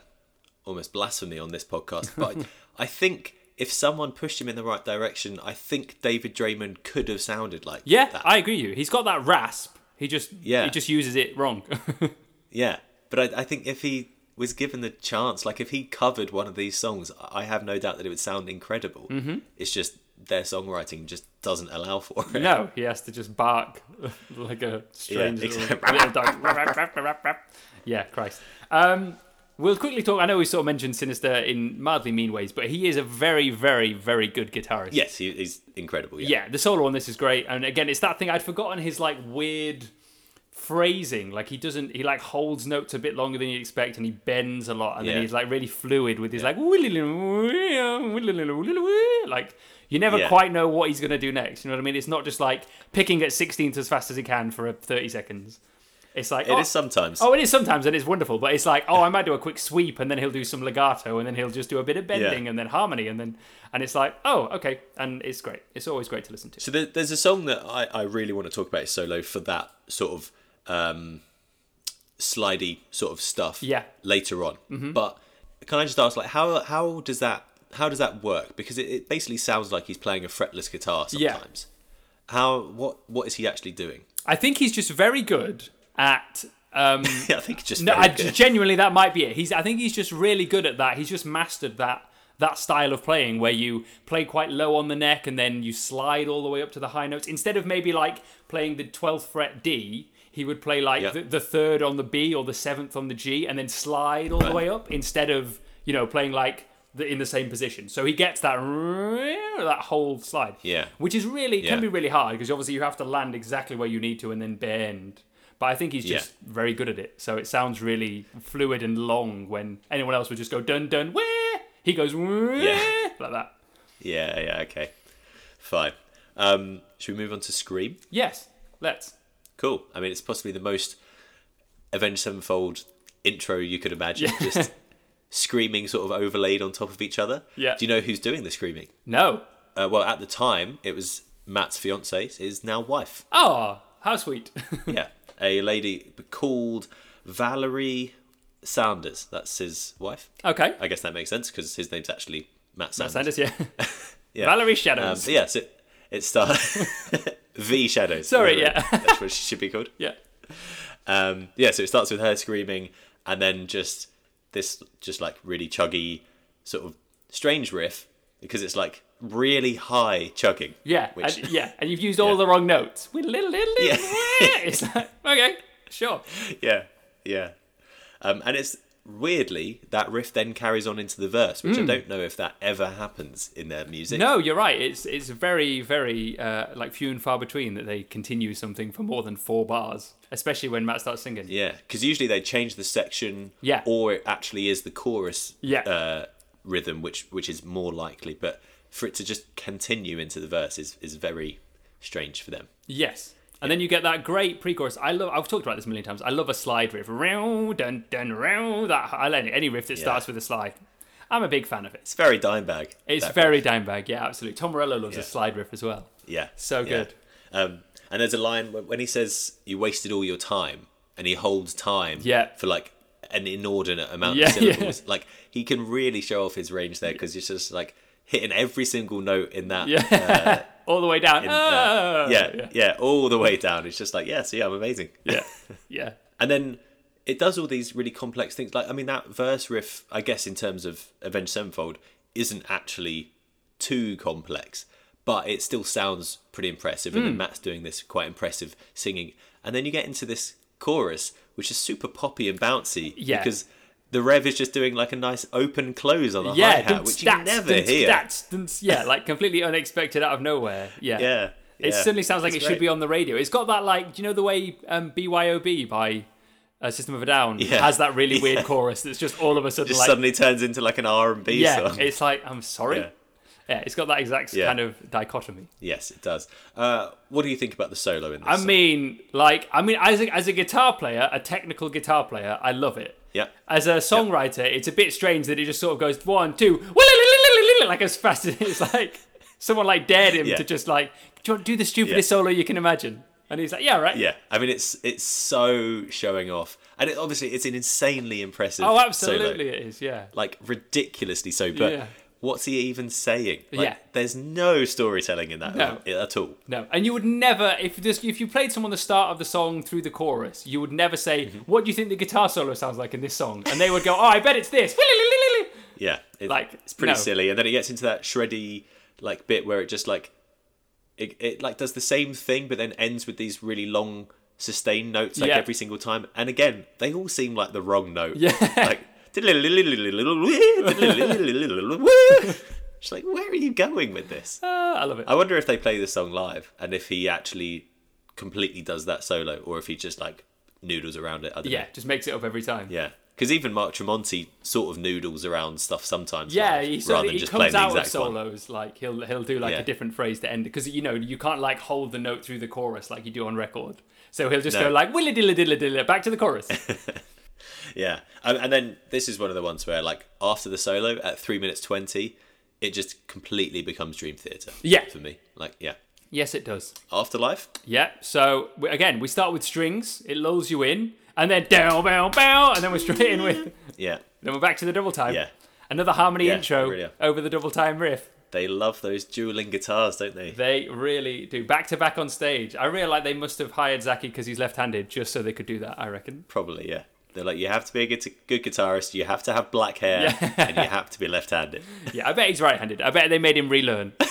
[SPEAKER 1] almost blasphemy on this podcast,
[SPEAKER 2] [LAUGHS]
[SPEAKER 1] but I think if someone pushed him in the right direction, I think David Draymond could have sounded like
[SPEAKER 2] Yeah,
[SPEAKER 1] that.
[SPEAKER 2] I agree. with You. He's got that rasp. He just
[SPEAKER 1] Yeah.
[SPEAKER 2] he just uses it wrong.
[SPEAKER 1] [LAUGHS] yeah. But I, I think if he was given the chance, like if he covered one of these songs, I have no doubt that it would sound incredible.
[SPEAKER 2] Mm-hmm.
[SPEAKER 1] It's just their songwriting just doesn't allow for it.
[SPEAKER 2] no, he has to just bark [LAUGHS] like a strange
[SPEAKER 1] Yeah,
[SPEAKER 2] little,
[SPEAKER 1] exactly.
[SPEAKER 2] little dog. yeah, Christ. Um, we'll quickly talk. I know we sort of mentioned Sinister in mildly mean ways, but he is a very, very, very good guitarist.
[SPEAKER 1] Yes, he, he's incredible.
[SPEAKER 2] yeah, the solo on this is great. And again, it's that thing I'd forgotten his like weird phrasing. Like he doesn't, he like holds notes a bit longer than you'd expect, and he bends a lot, and
[SPEAKER 1] Yeah.
[SPEAKER 2] then he's like really fluid with his like like you never
[SPEAKER 1] Yeah.
[SPEAKER 2] quite know what he's gonna do next. You know what I mean? It's not just like picking at sixteenths as fast as he can for uh, thirty seconds. It's like
[SPEAKER 1] It
[SPEAKER 2] oh,
[SPEAKER 1] is sometimes.
[SPEAKER 2] Oh, it is sometimes, and it's wonderful. But it's like, oh, I might do a quick sweep, and then he'll do some legato, and then he'll just do a bit of bending, and then harmony, and then, and it's like, oh, okay, and it's great. It's always great to listen to.
[SPEAKER 1] So there, there's a song that I, I really want to talk about solo for that sort of um, slidey sort of stuff.
[SPEAKER 2] Yeah. Mm-hmm.
[SPEAKER 1] Later on, but can I just ask, like, how how does that how does that work? Because it, it basically sounds like he's playing a fretless guitar
[SPEAKER 2] Yeah.
[SPEAKER 1] sometimes. How what what is he actually doing? [LAUGHS]
[SPEAKER 2] I think he's just very good at. Um,
[SPEAKER 1] Yeah, I think it's just
[SPEAKER 2] no,
[SPEAKER 1] very
[SPEAKER 2] I,
[SPEAKER 1] good.
[SPEAKER 2] genuinely, that might be it. He's. I think he's just really good at that. He's just mastered that that style of playing where you play quite low on the neck and then you slide all the way up to the high notes. Instead of maybe like playing the twelfth fret D, he would play like
[SPEAKER 1] Yeah.
[SPEAKER 2] the, the third on the B or the seventh on the G, and then slide all the way up instead of you know playing like. The, in the same position, so he gets that that whole slide,
[SPEAKER 1] Yeah.
[SPEAKER 2] which is really
[SPEAKER 1] Yeah.
[SPEAKER 2] can be really hard because obviously you have to land exactly where you need to and then bend. But I think he's just very good at it, so it sounds really fluid and long. When anyone else would just go dun dun where he goes where like that.
[SPEAKER 1] yeah, yeah, okay, fine. Um, should we move on to Scream?
[SPEAKER 2] Yes, let's.
[SPEAKER 1] Cool. I mean, it's possibly the most Avenged Sevenfold intro you could imagine. Just [LAUGHS] screaming sort of overlaid on top of each other.
[SPEAKER 2] Yeah.
[SPEAKER 1] Do you know who's doing the screaming?
[SPEAKER 2] No.
[SPEAKER 1] Uh, well, at the time, it was Matt's fiance, his now
[SPEAKER 2] [LAUGHS]
[SPEAKER 1] wife.
[SPEAKER 2] Oh, how sweet. [LAUGHS]
[SPEAKER 1] yeah. A lady called Valerie Sanders. That's his wife.
[SPEAKER 2] okay.
[SPEAKER 1] I guess that makes sense because his name's actually Matt Sanders.
[SPEAKER 2] Sanders, yeah.
[SPEAKER 1] [LAUGHS] Yeah.
[SPEAKER 2] Valerie
[SPEAKER 1] Um,
[SPEAKER 2] Shadows.
[SPEAKER 1] but yeah, so it starts. [LAUGHS] v Shadows.
[SPEAKER 2] Sorry,
[SPEAKER 1] whatever
[SPEAKER 2] yeah.
[SPEAKER 1] it- That's what she should be called.
[SPEAKER 2] yeah.
[SPEAKER 1] Um, yeah, so it starts with her screaming, and then just this, just like really chuggy, sort of strange riff because it's like really high chugging.
[SPEAKER 2] Yeah.
[SPEAKER 1] Which-
[SPEAKER 2] and, yeah. And you've used all the wrong notes. Little, little, little,
[SPEAKER 1] Yeah.
[SPEAKER 2] It's like, okay, sure.
[SPEAKER 1] [LAUGHS] yeah, yeah. Um, and it's weirdly that riff then carries on into the verse, which
[SPEAKER 2] Mm.
[SPEAKER 1] I don't know if that ever happens in their music.
[SPEAKER 2] No, you're right. It's it's very very uh, like few and far between that they continue something for more than four bars, especially when Matt starts singing.
[SPEAKER 1] Yeah, because usually they change the section.
[SPEAKER 2] Yeah.
[SPEAKER 1] Or it actually is the chorus.
[SPEAKER 2] Yeah.
[SPEAKER 1] Uh, rhythm, which which is more likely, but for it to just continue into the verse is is very strange for them.
[SPEAKER 2] Yes. And then you get that great pre-chorus. I love. I've talked about this a million times. I love a slide riff. Row, dun dun row. That I like any riff that starts with a slide. I'm a big fan of it.
[SPEAKER 1] It's very dime bag.
[SPEAKER 2] It's very Dimebag. Yeah, absolutely. Tom Morello loves a slide riff as well.
[SPEAKER 1] yeah,
[SPEAKER 2] so
[SPEAKER 1] yeah.
[SPEAKER 2] good.
[SPEAKER 1] Um, and there's a line when when he says, "You wasted all your time," and he holds time.
[SPEAKER 2] Yeah.
[SPEAKER 1] For like an inordinate amount
[SPEAKER 2] Yeah,
[SPEAKER 1] of
[SPEAKER 2] yeah. [LAUGHS]
[SPEAKER 1] syllables. Like he can really show off his range there because he's just like hitting every single note in that.
[SPEAKER 2] Yeah. All the way down.
[SPEAKER 1] uh,
[SPEAKER 2] Ah!
[SPEAKER 1] yeah,
[SPEAKER 2] [LAUGHS]
[SPEAKER 1] yeah, all the way down. It's just like, yeah, see, I'm amazing.
[SPEAKER 2] Yeah. [LAUGHS] Yeah.
[SPEAKER 1] And then it does all these really complex things. Like, I mean, that verse riff, I guess, in terms of Avenged Sevenfold, isn't actually too complex, but it still sounds pretty impressive.
[SPEAKER 2] Hmm.
[SPEAKER 1] And then Matt's doing this quite impressive singing. And then you get into this chorus, which is super poppy and bouncy.
[SPEAKER 2] Uh, Yeah.
[SPEAKER 1] Because the rev is just doing like a nice open close on a
[SPEAKER 2] Yeah.
[SPEAKER 1] hi-hat,
[SPEAKER 2] dunce,
[SPEAKER 1] which you
[SPEAKER 2] dats,
[SPEAKER 1] never
[SPEAKER 2] dunce,
[SPEAKER 1] hear.
[SPEAKER 2] dats, dunce. yeah. Like completely unexpected out of nowhere. Yeah.
[SPEAKER 1] Yeah.
[SPEAKER 2] It
[SPEAKER 1] yeah.
[SPEAKER 2] certainly sounds like
[SPEAKER 1] It's
[SPEAKER 2] it should
[SPEAKER 1] great.
[SPEAKER 2] be on the radio. It's got that like, do you know the way um, BYOB by uh, System of a Down
[SPEAKER 1] Yeah.
[SPEAKER 2] has that really weird
[SPEAKER 1] Yeah.
[SPEAKER 2] chorus that's just all of a sudden
[SPEAKER 1] Just
[SPEAKER 2] like,
[SPEAKER 1] suddenly turns into like an R and B
[SPEAKER 2] yeah,
[SPEAKER 1] song.
[SPEAKER 2] it's like I'm sorry.
[SPEAKER 1] Yeah.
[SPEAKER 2] Yeah. it's got that exact
[SPEAKER 1] Yeah.
[SPEAKER 2] kind of dichotomy.
[SPEAKER 1] Yes, it does. Uh, what do you think about the solo in this?
[SPEAKER 2] I
[SPEAKER 1] song?
[SPEAKER 2] mean, like, I mean, as a, as a guitar player, a technical guitar player, I love it.
[SPEAKER 1] yeah,
[SPEAKER 2] As a songwriter, it's a bit strange that it just sort of goes one, two, wa-la-la-la-la-la-la, like as fast as it's like someone like dared him
[SPEAKER 1] Yeah.
[SPEAKER 2] to just like, do you want to do the stupidest
[SPEAKER 1] Yeah.
[SPEAKER 2] solo you can imagine? And he's like, yeah, right.
[SPEAKER 1] yeah. I mean, it's it's so showing off, and it, obviously it's an insanely impressive.
[SPEAKER 2] Oh,
[SPEAKER 1] solo.
[SPEAKER 2] absolutely, it is. Yeah.
[SPEAKER 1] like ridiculously so. But
[SPEAKER 2] Yeah.
[SPEAKER 1] what's he even saying? Like,
[SPEAKER 2] Yeah.
[SPEAKER 1] there's no storytelling in that
[SPEAKER 2] No.
[SPEAKER 1] at all.
[SPEAKER 2] No, and you would never if this if you played someone the start of the song through the chorus, you would never say,
[SPEAKER 1] Mm-hmm.
[SPEAKER 2] "What do you think the guitar solo sounds like in this song?" And they would go, "Oh, I bet it's this."
[SPEAKER 1] Yeah, it-
[SPEAKER 2] Like,
[SPEAKER 1] it's pretty
[SPEAKER 2] no.
[SPEAKER 1] silly. And then it gets into that shreddy like bit where it just like it, it like does the same thing, but then ends with these really long sustained notes like
[SPEAKER 2] Yeah.
[SPEAKER 1] every single time. And again, they all seem like the wrong note.
[SPEAKER 2] Yeah. [LAUGHS]
[SPEAKER 1] like. [LAUGHS] She's like, where are you going with this?
[SPEAKER 2] Ah, I love it.
[SPEAKER 1] I wonder if they play this song live and if he actually completely does that solo, or if he just like noodles around it. I don't
[SPEAKER 2] Yeah,
[SPEAKER 1] know.
[SPEAKER 2] just makes it up every time.
[SPEAKER 1] yeah. Because even Mark Tremonti sort of noodles around stuff sometimes.
[SPEAKER 2] Yeah,
[SPEAKER 1] like,
[SPEAKER 2] he, sort of, he comes out of
[SPEAKER 1] one.
[SPEAKER 2] solos like he'll he'll do like
[SPEAKER 1] Yeah.
[SPEAKER 2] a different phrase to end because you know you can't like hold the note through the chorus like you do on record. So he'll just
[SPEAKER 1] No.
[SPEAKER 2] go like willa dilla dilla dilla back to the chorus. [LAUGHS]
[SPEAKER 1] Yeah, and, and then this is one of the ones where like after the solo at three minutes twenty, it just completely becomes Dream Theater.
[SPEAKER 2] Yeah.
[SPEAKER 1] for me, like yeah,
[SPEAKER 2] yes, it does.
[SPEAKER 1] Afterlife.
[SPEAKER 2] Yeah. So we, again, we start with strings. It lulls you in, and then down, bow, bow, and then we're straight in with.
[SPEAKER 1] [LAUGHS] Yeah,
[SPEAKER 2] Then we're back to the double time.
[SPEAKER 1] Yeah.
[SPEAKER 2] Another harmony
[SPEAKER 1] Yeah,
[SPEAKER 2] intro
[SPEAKER 1] really are.
[SPEAKER 2] over the double time riff.
[SPEAKER 1] they love those dueling guitars, don't they?
[SPEAKER 2] They really do back to back on stage. I realize they must have hired Zaki because he's left-handed just so they could do that. I reckon.
[SPEAKER 1] Probably, yeah. They're like, you have to be a good, good guitarist, you have to have black hair, [LAUGHS] and you have to be left-handed.
[SPEAKER 2] Yeah, I bet he's right-handed. I bet they made
[SPEAKER 1] [LAUGHS]
[SPEAKER 2] him relearn. Uh,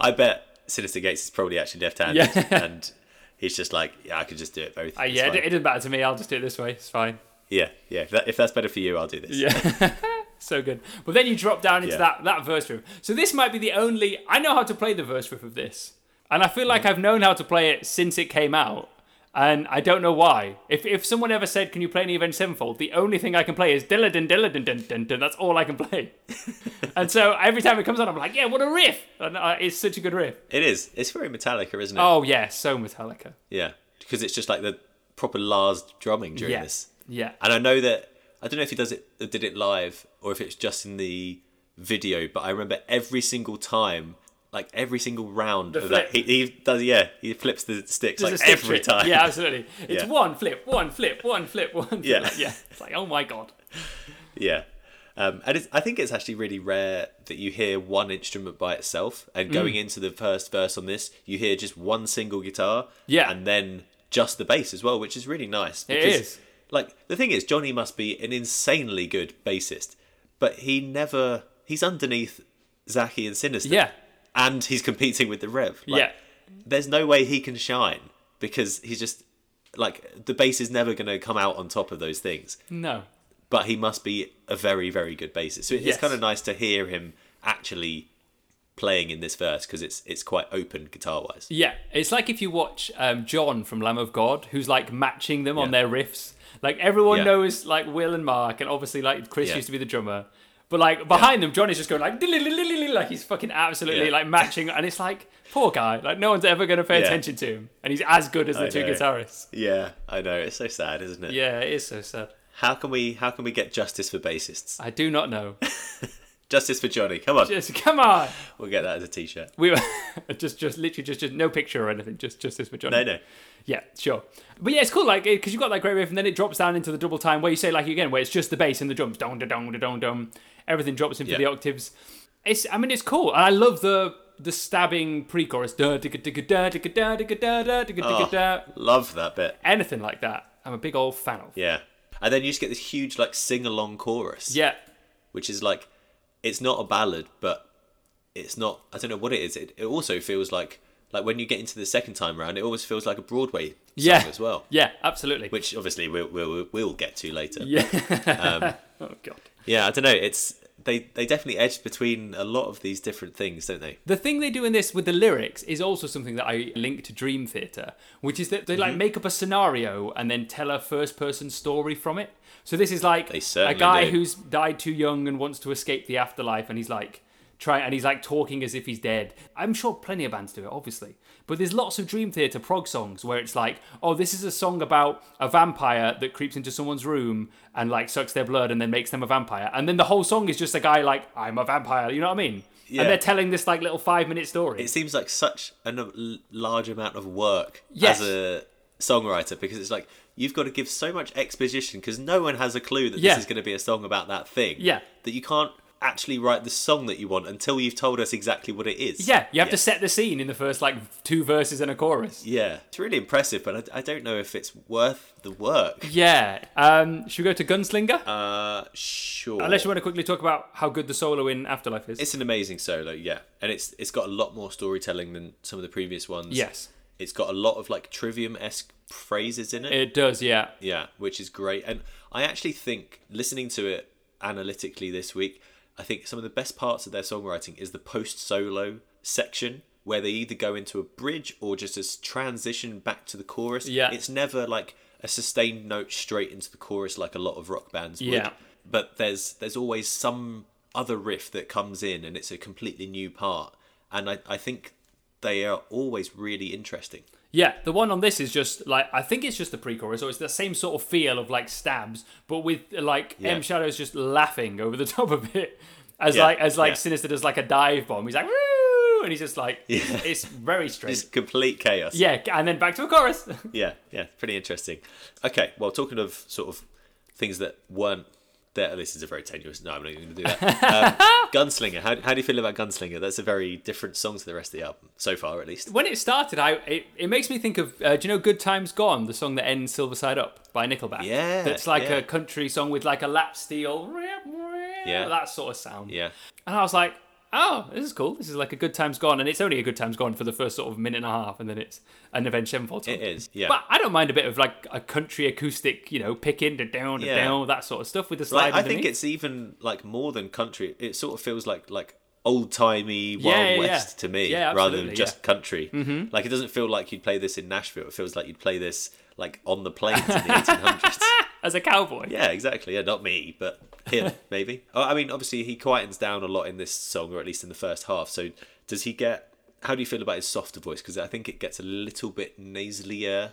[SPEAKER 1] I bet Sinister Gates is probably actually left-handed,
[SPEAKER 2] Yeah. [LAUGHS]
[SPEAKER 1] and he's just like, yeah, I could just do it both.
[SPEAKER 2] Uh,
[SPEAKER 1] It's
[SPEAKER 2] yeah,
[SPEAKER 1] fine.
[SPEAKER 2] it, it doesn't matter to me. I'll just do it this way. It's fine.
[SPEAKER 1] yeah, yeah. If, that, if that's better for you, I'll do this.
[SPEAKER 2] Yeah. so good. But then you drop down into
[SPEAKER 1] Yeah.
[SPEAKER 2] that, that verse riff. So this might be the only. I know how to play the verse riff of this. And I feel
[SPEAKER 1] Mm.
[SPEAKER 2] like I've known how to play it since it came out. And I don't know why. If, if someone ever said, Can you play any Avenged Sevenfold? The only thing I can play is Dilladan, Dilladan, dun, dun, dun. That's all I
[SPEAKER 1] [LAUGHS]
[SPEAKER 2] can play. and so every time it comes on, I'm like, Yeah, what a riff! And uh, it's such a good riff.
[SPEAKER 1] It is. It's very Metallica, isn't it?
[SPEAKER 2] Oh, yeah, so Metallica.
[SPEAKER 1] Yeah, because it's just like the proper Lars drumming during
[SPEAKER 2] Yeah.
[SPEAKER 1] this.
[SPEAKER 2] Yeah.
[SPEAKER 1] And I know that I don't know if he does it uh, did it live or if it's just in the video, but I remember every single time, like every single round of that, he,
[SPEAKER 2] flip.
[SPEAKER 1] he does yeah, he flips the sticks
[SPEAKER 2] Just
[SPEAKER 1] like
[SPEAKER 2] a stick
[SPEAKER 1] every
[SPEAKER 2] trick.
[SPEAKER 1] time.
[SPEAKER 2] Yeah, absolutely. It's
[SPEAKER 1] Yeah.
[SPEAKER 2] one flip, one flip, one flip, one flip.
[SPEAKER 1] Yeah.
[SPEAKER 2] yeah. It's like, oh my god.
[SPEAKER 1] yeah. Um, and it's, I think it's actually really rare that you hear one instrument by itself.
[SPEAKER 2] Mm.
[SPEAKER 1] And going into the first verse on this, you hear just one single guitar,
[SPEAKER 2] Yeah.
[SPEAKER 1] and then just the bass as well, which is really nice.
[SPEAKER 2] It
[SPEAKER 1] because,
[SPEAKER 2] is.
[SPEAKER 1] Like the thing is, Johnny must be an insanely good bassist, but he never he's underneath Zaki and Sinister.
[SPEAKER 2] Yeah.
[SPEAKER 1] and he's competing with the Rev. Like,
[SPEAKER 2] Yeah.
[SPEAKER 1] there's no way he can shine because he's just like the bass is never going to come out on top of those things
[SPEAKER 2] No.
[SPEAKER 1] but he must be a very very good bassist. So it's
[SPEAKER 2] Yes.
[SPEAKER 1] kind of nice to hear him actually playing in this verse because it's it's quite open guitar wise.
[SPEAKER 2] Yeah. It's like if you watch um, John from Lamb of God, who's like matching them on
[SPEAKER 1] Yeah.
[SPEAKER 2] their riffs. Like everyone
[SPEAKER 1] Yeah.
[SPEAKER 2] knows, like Will and Mark, and obviously like Chris
[SPEAKER 1] Yeah.
[SPEAKER 2] used to be the drummer. But like behind them, John is just going like, "Dililililili," like he's fucking absolutely
[SPEAKER 1] Yeah.
[SPEAKER 2] like matching, and it's like poor guy, like no one's ever going to pay
[SPEAKER 1] Yeah.
[SPEAKER 2] attention to him, and he's as good as the
[SPEAKER 1] I
[SPEAKER 2] two
[SPEAKER 1] know.
[SPEAKER 2] guitarists.
[SPEAKER 1] Yeah, I know it's so sad, isn't it?
[SPEAKER 2] Yeah, it is so sad.
[SPEAKER 1] How can we how can we get justice for bassists?
[SPEAKER 2] I do not know. [LAUGHS]
[SPEAKER 1] Justice for Johnny. Come on,
[SPEAKER 2] Just come on.
[SPEAKER 1] we'll get that as a t-shirt.
[SPEAKER 2] We were [LAUGHS] just, just literally, just, just no picture or anything. Just, just this with Johnny.
[SPEAKER 1] No, no.
[SPEAKER 2] Yeah, sure. But yeah, it's cool, like, because you've got that great riff, and then it drops down into the double time where you say, like, again, where it's just the bass and the drums, dong, da, dong, da, dong, dong. Everything drops into
[SPEAKER 1] Yeah.
[SPEAKER 2] the octaves. It's, I mean, it's cool. And I love the the stabbing pre chorus. Da, digga, digga, da, digga, da, digga, da, da, digga, digga, da.
[SPEAKER 1] Love that bit.
[SPEAKER 2] Anything like that. I'm a big old fan of.
[SPEAKER 1] Yeah, and then you just get this huge like sing along chorus,
[SPEAKER 2] Yeah.
[SPEAKER 1] which is like it's not a ballad, but it's not. I don't know what it is. It, it also feels like like when you get into the second time round, it always feels like a Broadway song
[SPEAKER 2] Yeah.
[SPEAKER 1] as well.
[SPEAKER 2] Yeah, absolutely.
[SPEAKER 1] which obviously we'll we'll, we'll get to later. Yeah.
[SPEAKER 2] yeah. oh, God.
[SPEAKER 1] I don't know. It's they they definitely edge between a lot of these different things, don't they?
[SPEAKER 2] The thing they do in this with the lyrics is also something that I link to Dream Theater, which is that they
[SPEAKER 1] Mhm.
[SPEAKER 2] like make up a scenario and then tell a first person story from it. So this is like
[SPEAKER 1] They
[SPEAKER 2] a
[SPEAKER 1] certainly
[SPEAKER 2] guy
[SPEAKER 1] do.
[SPEAKER 2] who's died too young and wants to escape the afterlife and he's like trying and he's like talking as if he's dead. I'm sure plenty of bands do it, obviously. But there's lots of Dream Theater prog songs where it's like, oh, this is a song about a vampire that creeps into someone's room and like sucks their blood and then makes them a vampire. And then the whole song is just a guy like, I'm a vampire, you know what I mean?
[SPEAKER 1] Yeah.
[SPEAKER 2] And they're telling this like little five minute story.
[SPEAKER 1] It seems like such a n- large amount of work
[SPEAKER 2] Yes.
[SPEAKER 1] as a songwriter because it's like you've got to give so much exposition because no one has a clue that
[SPEAKER 2] Yeah.
[SPEAKER 1] this is going to be a song about that thing.
[SPEAKER 2] Yeah.
[SPEAKER 1] that you can't actually write the song that you want until you've told us exactly what it is.
[SPEAKER 2] yeah, you have to set the scene in the first like two verses and a chorus.
[SPEAKER 1] Yeah, it's really impressive, but I, I don't know if it's worth the work.
[SPEAKER 2] Yeah. Um, should we go to Gunslinger?
[SPEAKER 1] Uh, sure.
[SPEAKER 2] Unless you want to quickly talk about how good the solo in Afterlife is.
[SPEAKER 1] It's an amazing solo, yeah, and it's it's got a lot more storytelling than some of the previous ones.
[SPEAKER 2] Yes.
[SPEAKER 1] it's got a lot of like trivium esque phrases in it,
[SPEAKER 2] It does, yeah.
[SPEAKER 1] yeah, which is great. And I actually think listening to it analytically this week, I think some of the best parts of their songwriting is the post solo section where they either go into a bridge or just as transition back to the chorus.
[SPEAKER 2] Yeah.
[SPEAKER 1] It's never like a sustained note straight into the chorus like a lot of rock bands would.
[SPEAKER 2] Yeah.
[SPEAKER 1] But there's there's always some other riff that comes in and it's a completely new part. And I, I think they are always really interesting.
[SPEAKER 2] Yeah, the one on this is just like I think it's just the pre-chorus, or it's the same sort of feel of like stabs, but with like
[SPEAKER 1] Yeah.
[SPEAKER 2] M Shadows just laughing over the [LAUGHS] top of it, as
[SPEAKER 1] Yeah,
[SPEAKER 2] like as like
[SPEAKER 1] yeah.
[SPEAKER 2] Sinister does like a dive bomb. He's like woo, and he's just like it's
[SPEAKER 1] [LAUGHS]
[SPEAKER 2] very strange.
[SPEAKER 1] It's complete chaos.
[SPEAKER 2] yeah, and then back to a chorus. [LAUGHS]
[SPEAKER 1] yeah, yeah, pretty interesting. Okay, well, talking of sort of things that weren't there, this is a very tenuous. No, I'm not even going to do that.
[SPEAKER 2] [LAUGHS]
[SPEAKER 1] Um, Gunslinger, how, how do you feel about Gunslinger? That's a very different song to the rest of the album so far, at least.
[SPEAKER 2] when it started, I it, it makes me think of uh, do you know "Good Times Gone," the song that ends "Silver Side Up" by Nickelback.
[SPEAKER 1] Yeah,
[SPEAKER 2] that's like
[SPEAKER 1] yeah.
[SPEAKER 2] a country song with like a lap steel, [LAUGHS]
[SPEAKER 1] Yeah.
[SPEAKER 2] that sort of sound.
[SPEAKER 1] Yeah,
[SPEAKER 2] And I was like, oh, this is cool. This is like a good time's gone. And it's only a good time's gone for the first sort of minute and a half. And then it's an Avenged Sevenfold song.
[SPEAKER 1] it is. Yeah,
[SPEAKER 2] But I don't mind a bit of like a country acoustic, you know, picking, da down, da
[SPEAKER 1] Yeah.
[SPEAKER 2] down, that sort of stuff with the slide.
[SPEAKER 1] like, I think
[SPEAKER 2] underneath.
[SPEAKER 1] it's even like more than country. It sort of feels like like old timey Wild
[SPEAKER 2] Yeah, yeah,
[SPEAKER 1] West
[SPEAKER 2] yeah.
[SPEAKER 1] to me,
[SPEAKER 2] Yeah, Mm-hmm.
[SPEAKER 1] rather than
[SPEAKER 2] absolutely,
[SPEAKER 1] just country. Like it doesn't feel like you'd play this in Nashville. It feels like you'd play this like on the plains in the 1800s.
[SPEAKER 2] as a cowboy.
[SPEAKER 1] Yeah, exactly. Yeah, not me, but him, maybe. Oh, I mean, obviously, he quietens down a lot in this song, or at least in the first half. So, does he get. How do you feel about his softer voice? Because I think it gets a little bit nasalier,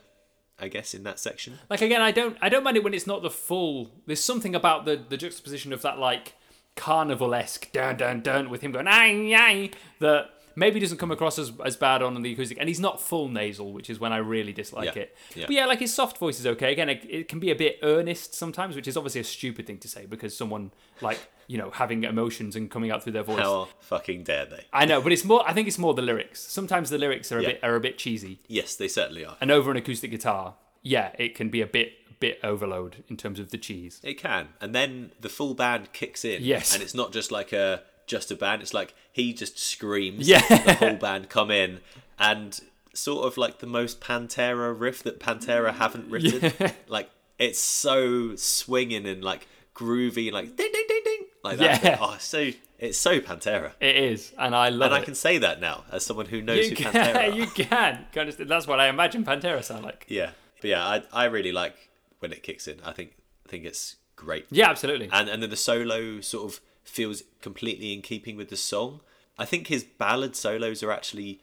[SPEAKER 1] I guess, in that section.
[SPEAKER 2] Like again, I don't I don't mind it when it's not the full. There's something about the the juxtaposition of that like carnival esque dun dun dun with him going ay ay that maybe doesn't come across as as bad on the acoustic, and he's not full nasal, which is when I really dislike
[SPEAKER 1] Yeah,
[SPEAKER 2] it.
[SPEAKER 1] yeah.
[SPEAKER 2] But yeah, like his soft voice is okay. Again, it, it can be a bit earnest sometimes, which is obviously a stupid thing to say because someone like you know having emotions and coming out through their voice.
[SPEAKER 1] How fucking dare they?
[SPEAKER 2] I know, but it's more. I think it's more the lyrics. Sometimes the lyrics are a
[SPEAKER 1] Yeah.
[SPEAKER 2] bit are a bit cheesy
[SPEAKER 1] Yes, they certainly are.
[SPEAKER 2] and over an acoustic guitar, yeah, it can be a bit bit overload in terms of the cheese.
[SPEAKER 1] It can. And then the full band kicks in.
[SPEAKER 2] Yes.
[SPEAKER 1] And it's not just like a just a band, it's like he just screams.
[SPEAKER 2] Yeah.
[SPEAKER 1] The whole band come in and sort of like the most Pantera riff that Pantera haven't
[SPEAKER 2] [LAUGHS]
[SPEAKER 1] written. Like it's so swinging and like groovy, like ding ding ding ding. Like that.
[SPEAKER 2] Yeah.
[SPEAKER 1] Oh, it's so it's so Pantera.
[SPEAKER 2] It is, and I love
[SPEAKER 1] And I
[SPEAKER 2] it.
[SPEAKER 1] can say that now as someone who knows
[SPEAKER 2] you
[SPEAKER 1] who Pantera
[SPEAKER 2] can,
[SPEAKER 1] are.
[SPEAKER 2] [LAUGHS] you can. You understand? That's what I imagine Pantera sound like.
[SPEAKER 1] Yeah. But yeah, I I really like when it kicks in. I think I think it's great.
[SPEAKER 2] Yeah, absolutely.
[SPEAKER 1] and and then the solo sort of feels completely in keeping with the song. I think his ballad solos are actually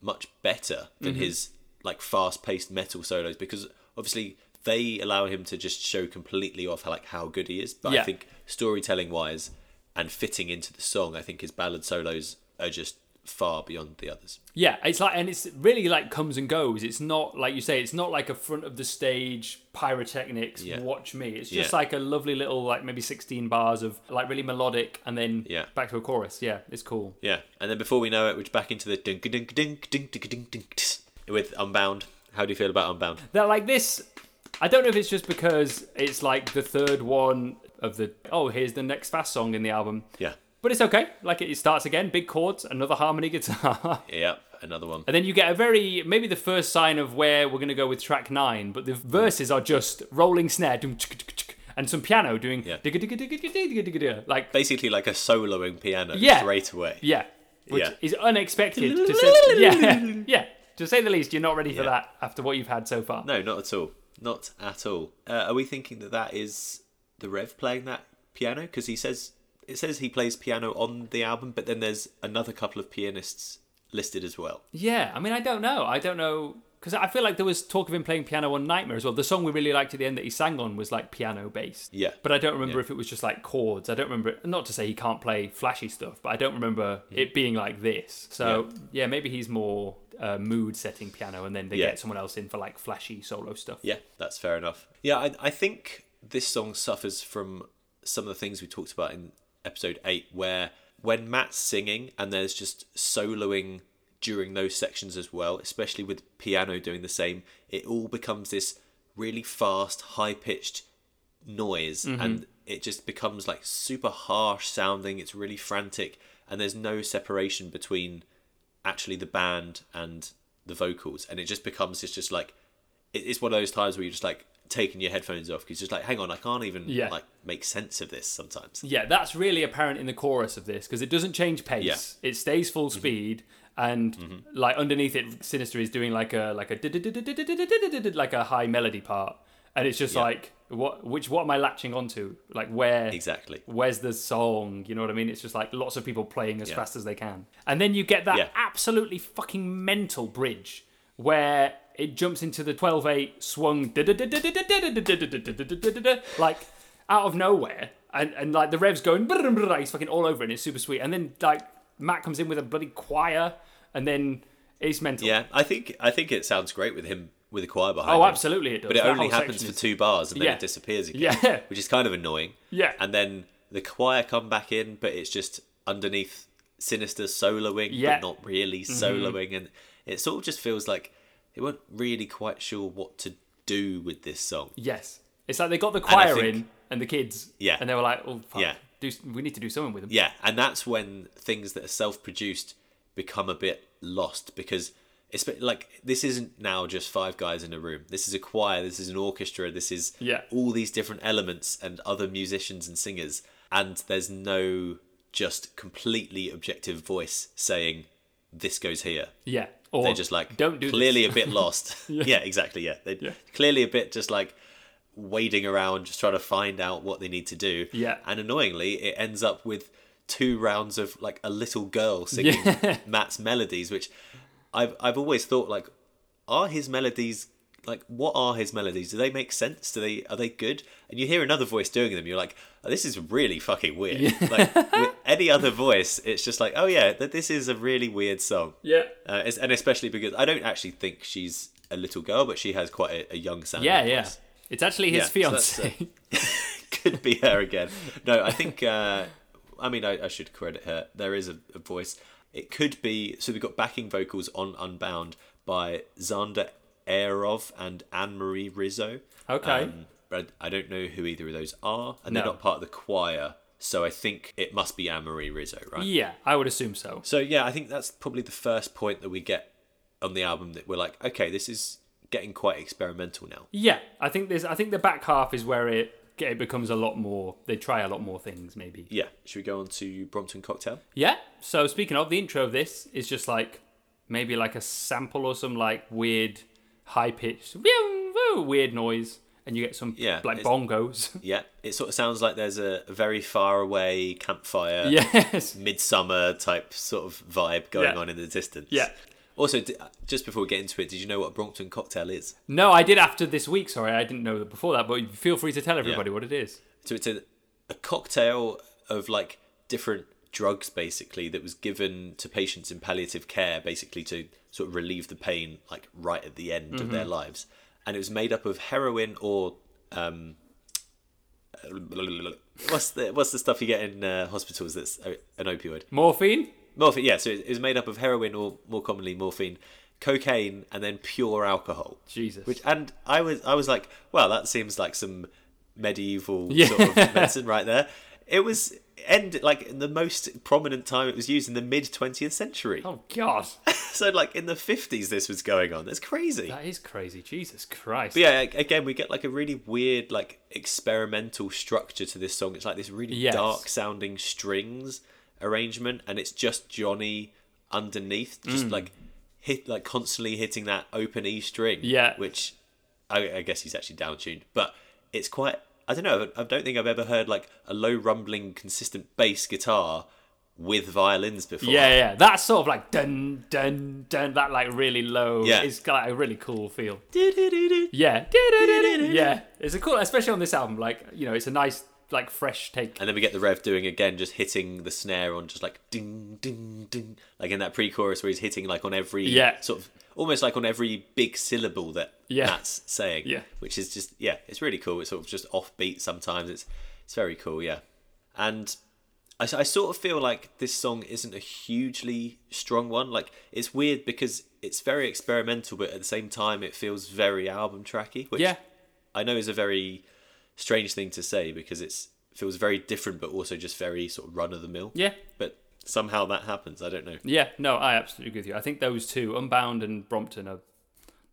[SPEAKER 1] much better than his like fast-paced metal solos because obviously they allow him to just show completely off like how good he is. But I
[SPEAKER 2] Yeah.
[SPEAKER 1] think storytelling wise and fitting into the song, I think his ballad solos are just far beyond the others.
[SPEAKER 2] Yeah, it's like, and it's really like comes and goes. It's not like you say. It's not like a front of the stage pyrotechnics.
[SPEAKER 1] Yeah.
[SPEAKER 2] Watch me. It's just
[SPEAKER 1] Yeah.
[SPEAKER 2] like a lovely little like maybe sixteen bars of like really melodic, and then
[SPEAKER 1] Yeah.
[SPEAKER 2] back to a chorus. Yeah, it's cool.
[SPEAKER 1] Yeah. And then before we know it, we're back into the dink dink dink dink dink dink dink tss with Unbound. How do you feel about Unbound?
[SPEAKER 2] They're like this. I don't know if it's just because it's like the third one of the oh here's the next fast song in the album,
[SPEAKER 1] Yeah.
[SPEAKER 2] but it's okay. Like it starts again, big chords, another harmony [LAUGHS] guitar,
[SPEAKER 1] Yeah. Another one.
[SPEAKER 2] and then you get a very maybe the first sign of where we're gonna go with track nine. But the verses are just rolling snare, doom, tsk, tsk, tsk, and some piano doing
[SPEAKER 1] Yeah.
[SPEAKER 2] digga, digga, digga, digga, digga, digga, digga, like
[SPEAKER 1] basically like a soloing piano
[SPEAKER 2] Yeah.
[SPEAKER 1] straight away.
[SPEAKER 2] yeah, which
[SPEAKER 1] Yeah.
[SPEAKER 2] is unexpected
[SPEAKER 1] [LAUGHS]
[SPEAKER 2] to say yeah [LAUGHS] yeah to say the least. You're not ready for
[SPEAKER 1] Yeah.
[SPEAKER 2] that after what you've had so far.
[SPEAKER 1] No, not at all. Not at all. Uh, are we thinking that that is the Rev playing that piano? Because he says it says he plays piano on the album, but then there's another couple of pianists listed as well.
[SPEAKER 2] Yeah, I mean, I don't know. I don't know because I feel like there was talk of him playing piano on Nightmare as well. The song we really liked at the end that he sang on was like piano based.
[SPEAKER 1] Yeah.
[SPEAKER 2] But I don't remember if it was just like chords. I don't remember. Not to say he can't play flashy stuff, but I don't remember it being like this. So yeah, maybe he's more uh, mood setting piano, and then they
[SPEAKER 1] Yeah.
[SPEAKER 2] get someone else in for like flashy solo stuff.
[SPEAKER 1] Yeah, that's fair enough. Yeah, I, I think this song suffers from some of the things we talked about in episode eight, where when Matt's singing and there's just soloing during those sections as well, especially with piano doing the same, it all becomes this really fast, high pitched noise and it just becomes like super harsh sounding. It's really frantic and there's no separation between actually the band and the vocals and it just becomes it's just like it- it's one of those times where you're just like taking your headphones off because just like hang on i can't even
[SPEAKER 2] Yeah.
[SPEAKER 1] like make sense of this sometimes
[SPEAKER 2] Yeah, that's really apparent in the chorus of this because it doesn't change pace. It stays full speed and like underneath it, Sinister is doing like a like a did-did-did-did-did-did-did-did-did, like a high melody part, and it's just
[SPEAKER 1] Yeah.
[SPEAKER 2] like what which what am I latching onto? Like where
[SPEAKER 1] Exactly.
[SPEAKER 2] where's the song? You know what I mean? It's just like lots of people playing as
[SPEAKER 1] Yeah.
[SPEAKER 2] fast as they can. And then you get that
[SPEAKER 1] Yeah.
[SPEAKER 2] absolutely fucking mental bridge where it jumps into the 12 8 swung [LAUGHS] like out of nowhere. And, and like the revs going, [LAUGHS] he's fucking all over it and it's super sweet. And then like Matt comes in with a bloody choir and then it's mental.
[SPEAKER 1] Yeah, I think I think it sounds great with him with a choir behind.
[SPEAKER 2] Oh,
[SPEAKER 1] him.
[SPEAKER 2] absolutely it does.
[SPEAKER 1] But it
[SPEAKER 2] That
[SPEAKER 1] only
[SPEAKER 2] whole
[SPEAKER 1] happens
[SPEAKER 2] section
[SPEAKER 1] for
[SPEAKER 2] is- [LAUGHS]
[SPEAKER 1] two bars and then
[SPEAKER 2] Yeah.
[SPEAKER 1] it disappears again,
[SPEAKER 2] Yeah.
[SPEAKER 1] which is kind of annoying.
[SPEAKER 2] Yeah.
[SPEAKER 1] And then the choir come back in, but it's just underneath sinister soloing,
[SPEAKER 2] Yeah. Mm-hmm.
[SPEAKER 1] but not really soloing, and it sort of just feels like they weren't really quite sure what to do with this song.
[SPEAKER 2] Yes. It's like they got the
[SPEAKER 1] I
[SPEAKER 2] choir
[SPEAKER 1] think-
[SPEAKER 2] in and the kids.
[SPEAKER 1] Yeah.
[SPEAKER 2] And they were like, oh, fuck.
[SPEAKER 1] Yeah.
[SPEAKER 2] Do, we need to do something with them.
[SPEAKER 1] Yeah, and that's when things that are self-produced become a bit lost because it's bit- like this isn't now just five guys in a room. This is a choir. This is an orchestra. This is
[SPEAKER 2] Yeah.
[SPEAKER 1] all these different elements and other musicians and singers. And there's no just completely objective voice saying this goes here.
[SPEAKER 2] Yeah. Or
[SPEAKER 1] They're just like
[SPEAKER 2] don't do this.
[SPEAKER 1] clearly a bit
[SPEAKER 2] [LAUGHS]
[SPEAKER 1] lost. yeah. exactly. Yeah, they
[SPEAKER 2] Yeah.
[SPEAKER 1] clearly a bit just like wading around, just trying to find out what they need to do.
[SPEAKER 2] Yeah.
[SPEAKER 1] and annoyingly, it ends up with two rounds of like a little
[SPEAKER 2] [LAUGHS]
[SPEAKER 1] girl singing Matt's melodies, which I've I've always thought like, are his melodies like what are his melodies? Do they make sense? Do they are they good? And you hear another voice doing them, you're like, oh, this is really fucking weird. Like
[SPEAKER 2] [LAUGHS]
[SPEAKER 1] with any other voice, it's just like, oh yeah, that this is a really weird song.
[SPEAKER 2] Yeah.
[SPEAKER 1] Uh, it's- and especially because I don't actually think she's a little girl, but she has quite a, a young sound.
[SPEAKER 2] Yeah, yeah. It's actually his
[SPEAKER 1] Yeah, so that's, uh,
[SPEAKER 2] fiance.
[SPEAKER 1] [LAUGHS] Could be her again. No, I think, uh, I mean, I, I should credit her. There is a, a voice. It could be, so we've got backing vocals on Unbound by Zander Aerov and Anne Marie Rizzo.
[SPEAKER 2] [LAUGHS] Okay.
[SPEAKER 1] Um, but I don't know who either of those are, and they're
[SPEAKER 2] No.
[SPEAKER 1] not part of the choir. So I think it must be Anne Marie Rizzo, right?
[SPEAKER 2] yeah, I would assume so.
[SPEAKER 1] So yeah, I think that's probably the first point that we get on the album that we're like, okay, this is getting quite experimental now.
[SPEAKER 2] Yeah, I think there's. I think the back half is where it it becomes a lot more. They try a lot more things, maybe.
[SPEAKER 1] Yeah. Should we go on to Brompton Cocktail?
[SPEAKER 2] Yeah. So speaking of the intro of this, is just like maybe like a sample or some like weird high pitched weird noise, and you get some
[SPEAKER 1] Yeah,
[SPEAKER 2] like
[SPEAKER 1] it's-
[SPEAKER 2] bongos. [LAUGHS]
[SPEAKER 1] [LAUGHS] Yeah. It sort of sounds like there's a a very far away campfire,
[SPEAKER 2] yes.
[SPEAKER 1] midsummer type sort of vibe going
[SPEAKER 2] Yeah.
[SPEAKER 1] on in the distance.
[SPEAKER 2] Yeah.
[SPEAKER 1] Also, d- just before we get into it, did you know what Brompton Cocktail is?
[SPEAKER 2] No, I did after this week. Sorry, I didn't know that before that. But feel free to tell everybody what it is.
[SPEAKER 1] So it's a, a cocktail of like different drugs basically that was given to patients in palliative care basically to sort of relieve the pain like right at the end of their lives. And it was made up of heroin or um what's the what's the stuff you get in uh, hospitals that's o- an opioid?
[SPEAKER 2] Morphine.
[SPEAKER 1] Morphine, yeah, so it it was made up of heroin or more commonly morphine, cocaine and then pure alcohol.
[SPEAKER 2] Jesus.
[SPEAKER 1] Which and I was I was like, well, that seems like some medieval sort of medicine right there. It was end like in the most prominent time it was used in the mid twentieth century.
[SPEAKER 2] oh God.
[SPEAKER 1] So like in the fifties, this was going on. That's crazy.
[SPEAKER 2] That is crazy. Jesus Christ.
[SPEAKER 1] but yeah, a- again, we get like a really weird, like experimental structure to this song. It's like this really
[SPEAKER 2] Yes.
[SPEAKER 1] dark sounding strings arrangement, and it's just Johnny underneath, just
[SPEAKER 2] Mm.
[SPEAKER 1] like hit, like constantly hitting that open E string.
[SPEAKER 2] Yeah.
[SPEAKER 1] which I, I guess he's actually down tuned, but it's quite. I don't know. I don't think I've ever heard like a low rumbling, consistent bass guitar with violins before.
[SPEAKER 2] Yeah, yeah. That's sort of like dun dun dun. That like really low.
[SPEAKER 1] Yeah.
[SPEAKER 2] It's got like a really cool feel.
[SPEAKER 1] Yeah.
[SPEAKER 2] Yeah. Yeah. It's a cool, especially on this album. Like you know, it's a nice like fresh take.
[SPEAKER 1] And then we get the rev doing again, just hitting the snare on just like ding, ding, ding, like in that pre-chorus where he's hitting like on every
[SPEAKER 2] Yeah.
[SPEAKER 1] sort of almost like on every big syllable that
[SPEAKER 2] Yeah.
[SPEAKER 1] Matt's saying,
[SPEAKER 2] Yeah.
[SPEAKER 1] which is just yeah, it's really cool. It's sort of just offbeat sometimes. It's it's very cool, yeah. And I, I sort of feel like this song isn't a hugely strong one. Like it's weird because it's very experimental, but at the same time, it feels very album tracky, which
[SPEAKER 2] Yeah.
[SPEAKER 1] I know is a very strange thing to say because it's feels very different, but also just very sort of run of the mill.
[SPEAKER 2] Yeah.
[SPEAKER 1] But somehow that happens. I don't know.
[SPEAKER 2] Yeah. No, I absolutely agree with you. I think those two, Unbound and Brompton, are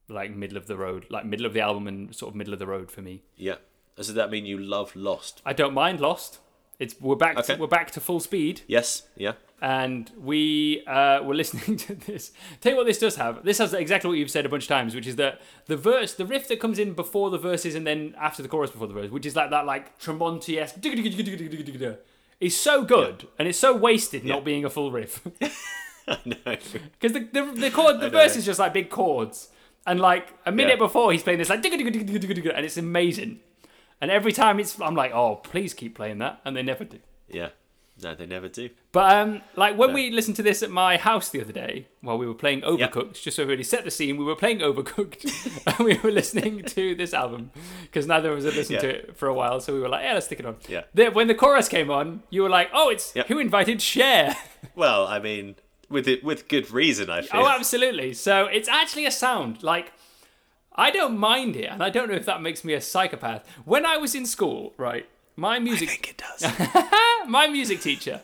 [SPEAKER 2] like middle of the road, like middle of the album and sort of middle of the road for me.
[SPEAKER 1] Yeah. Does that mean you love Lost?
[SPEAKER 2] I don't mind Lost. It's we're back
[SPEAKER 1] Okay.
[SPEAKER 2] to, we're back to full speed,
[SPEAKER 1] Yes. Yeah. [LAUGHS]
[SPEAKER 2] and we uh, were [LAUGHS] listening to this. Tell you what, this does have. This has exactly what you've said a bunch of times, which is that the verse, the riff that comes in before the verses and then after the chorus before the verse, which is like that like Tremonti esque, [LAUGHS] is so good and it's so wasted not being a full riff. [LAUGHS]
[SPEAKER 1] I know.
[SPEAKER 2] Because the, the, the chord, the verse is just like big chords. And like a minute
[SPEAKER 1] Yeah.
[SPEAKER 2] before, he's playing this like, [LAUGHS] and it's amazing. And every time it's, I'm like, oh, please keep playing that. And they never do.
[SPEAKER 1] Yeah. No, they never do.
[SPEAKER 2] But um, like when we listened to this at my house the other day, while we were playing Overcooked, just so we already set the scene, we were playing Overcooked [LAUGHS] and we were listening to this album because neither of us had listened
[SPEAKER 1] Yeah.
[SPEAKER 2] to it for a while. So we were like, yeah, let's stick it on.
[SPEAKER 1] Yeah.
[SPEAKER 2] Then when the chorus came on, you were like, oh, it's
[SPEAKER 1] Yeah.
[SPEAKER 2] who invited Cher?
[SPEAKER 1] Well, I mean, with it, with good reason, I feel.
[SPEAKER 2] Oh, absolutely. So it's actually a sound. Like, I don't mind it, and I don't know if that makes me a psychopath. When I was in school, right, my
[SPEAKER 1] I
[SPEAKER 2] music,
[SPEAKER 1] think it does.
[SPEAKER 2] [LAUGHS] my music teacher,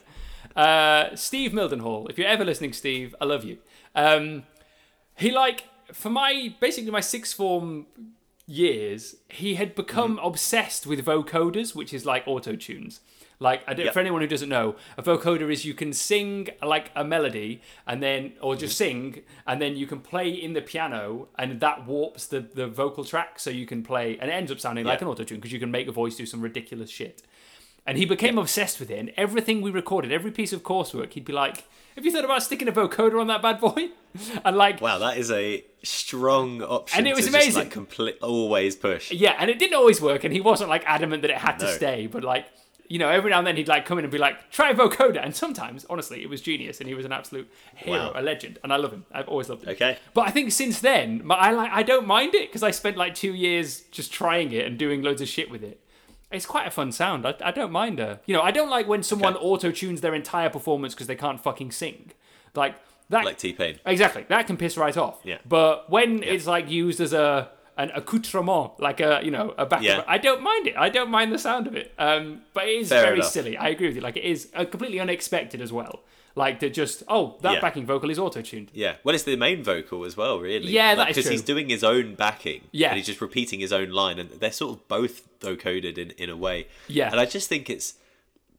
[SPEAKER 2] uh, Steve Mildenhall. If you're ever listening, Steve, I love you. Um, he like for my basically my sixth form years, he had become obsessed with vocoders, which is like auto tunes. Like I don't,
[SPEAKER 1] Yep.
[SPEAKER 2] for anyone who doesn't know, a vocoder is you can sing like a melody and then, or just sing, and then you can play in the piano, and that warps the the vocal track, so you can play, and it ends up sounding like
[SPEAKER 1] Yeah.
[SPEAKER 2] an auto tune because you can make a voice do some ridiculous shit. And he became obsessed with it, and everything we recorded, every piece of coursework, he'd be like, "Have you thought about sticking a vocoder on that bad boy?" [LAUGHS] And like,
[SPEAKER 1] Wow, that is a strong option.
[SPEAKER 2] And it was
[SPEAKER 1] to Just,
[SPEAKER 2] amazing.
[SPEAKER 1] like, complete, always push.
[SPEAKER 2] Yeah, and it didn't always work, and he wasn't like adamant that it had to
[SPEAKER 1] No.
[SPEAKER 2] stay, but like, you know, every now and then he'd like come in and be like, try vocoder. And sometimes, honestly, it was genius, and he was an absolute hero,
[SPEAKER 1] Wow.
[SPEAKER 2] a legend. And I love him. I've always loved him.
[SPEAKER 1] Okay.
[SPEAKER 2] But I think since then, my, I, like, I don't mind it because I spent like two years just trying it and doing loads of shit with it. It's quite a fun sound. I, I don't mind her. You know, I don't like when someone auto tunes their entire performance because they can't fucking sing. Like, that.
[SPEAKER 1] Like T Pain.
[SPEAKER 2] Exactly, that can piss right off.
[SPEAKER 1] Yeah.
[SPEAKER 2] But when it's like used as a an accoutrement, like a you know a back,
[SPEAKER 1] Yeah.
[SPEAKER 2] I don't mind it. I don't mind the sound of it. Um, but it is
[SPEAKER 1] Fair
[SPEAKER 2] very
[SPEAKER 1] enough.
[SPEAKER 2] silly. I agree with you. Like it is uh, completely unexpected as well. Like to just oh that
[SPEAKER 1] Yeah.
[SPEAKER 2] backing vocal is auto
[SPEAKER 1] [LAUGHS]
[SPEAKER 2] tuned.
[SPEAKER 1] Yeah. Well, it's the main vocal as well, really.
[SPEAKER 2] Yeah, that is
[SPEAKER 1] Because he's
[SPEAKER 2] true.
[SPEAKER 1] doing his own backing.
[SPEAKER 2] Yeah.
[SPEAKER 1] And he's just repeating his own line, and they're sort of both vocoded in in a way.
[SPEAKER 2] Yeah.
[SPEAKER 1] And I just think it's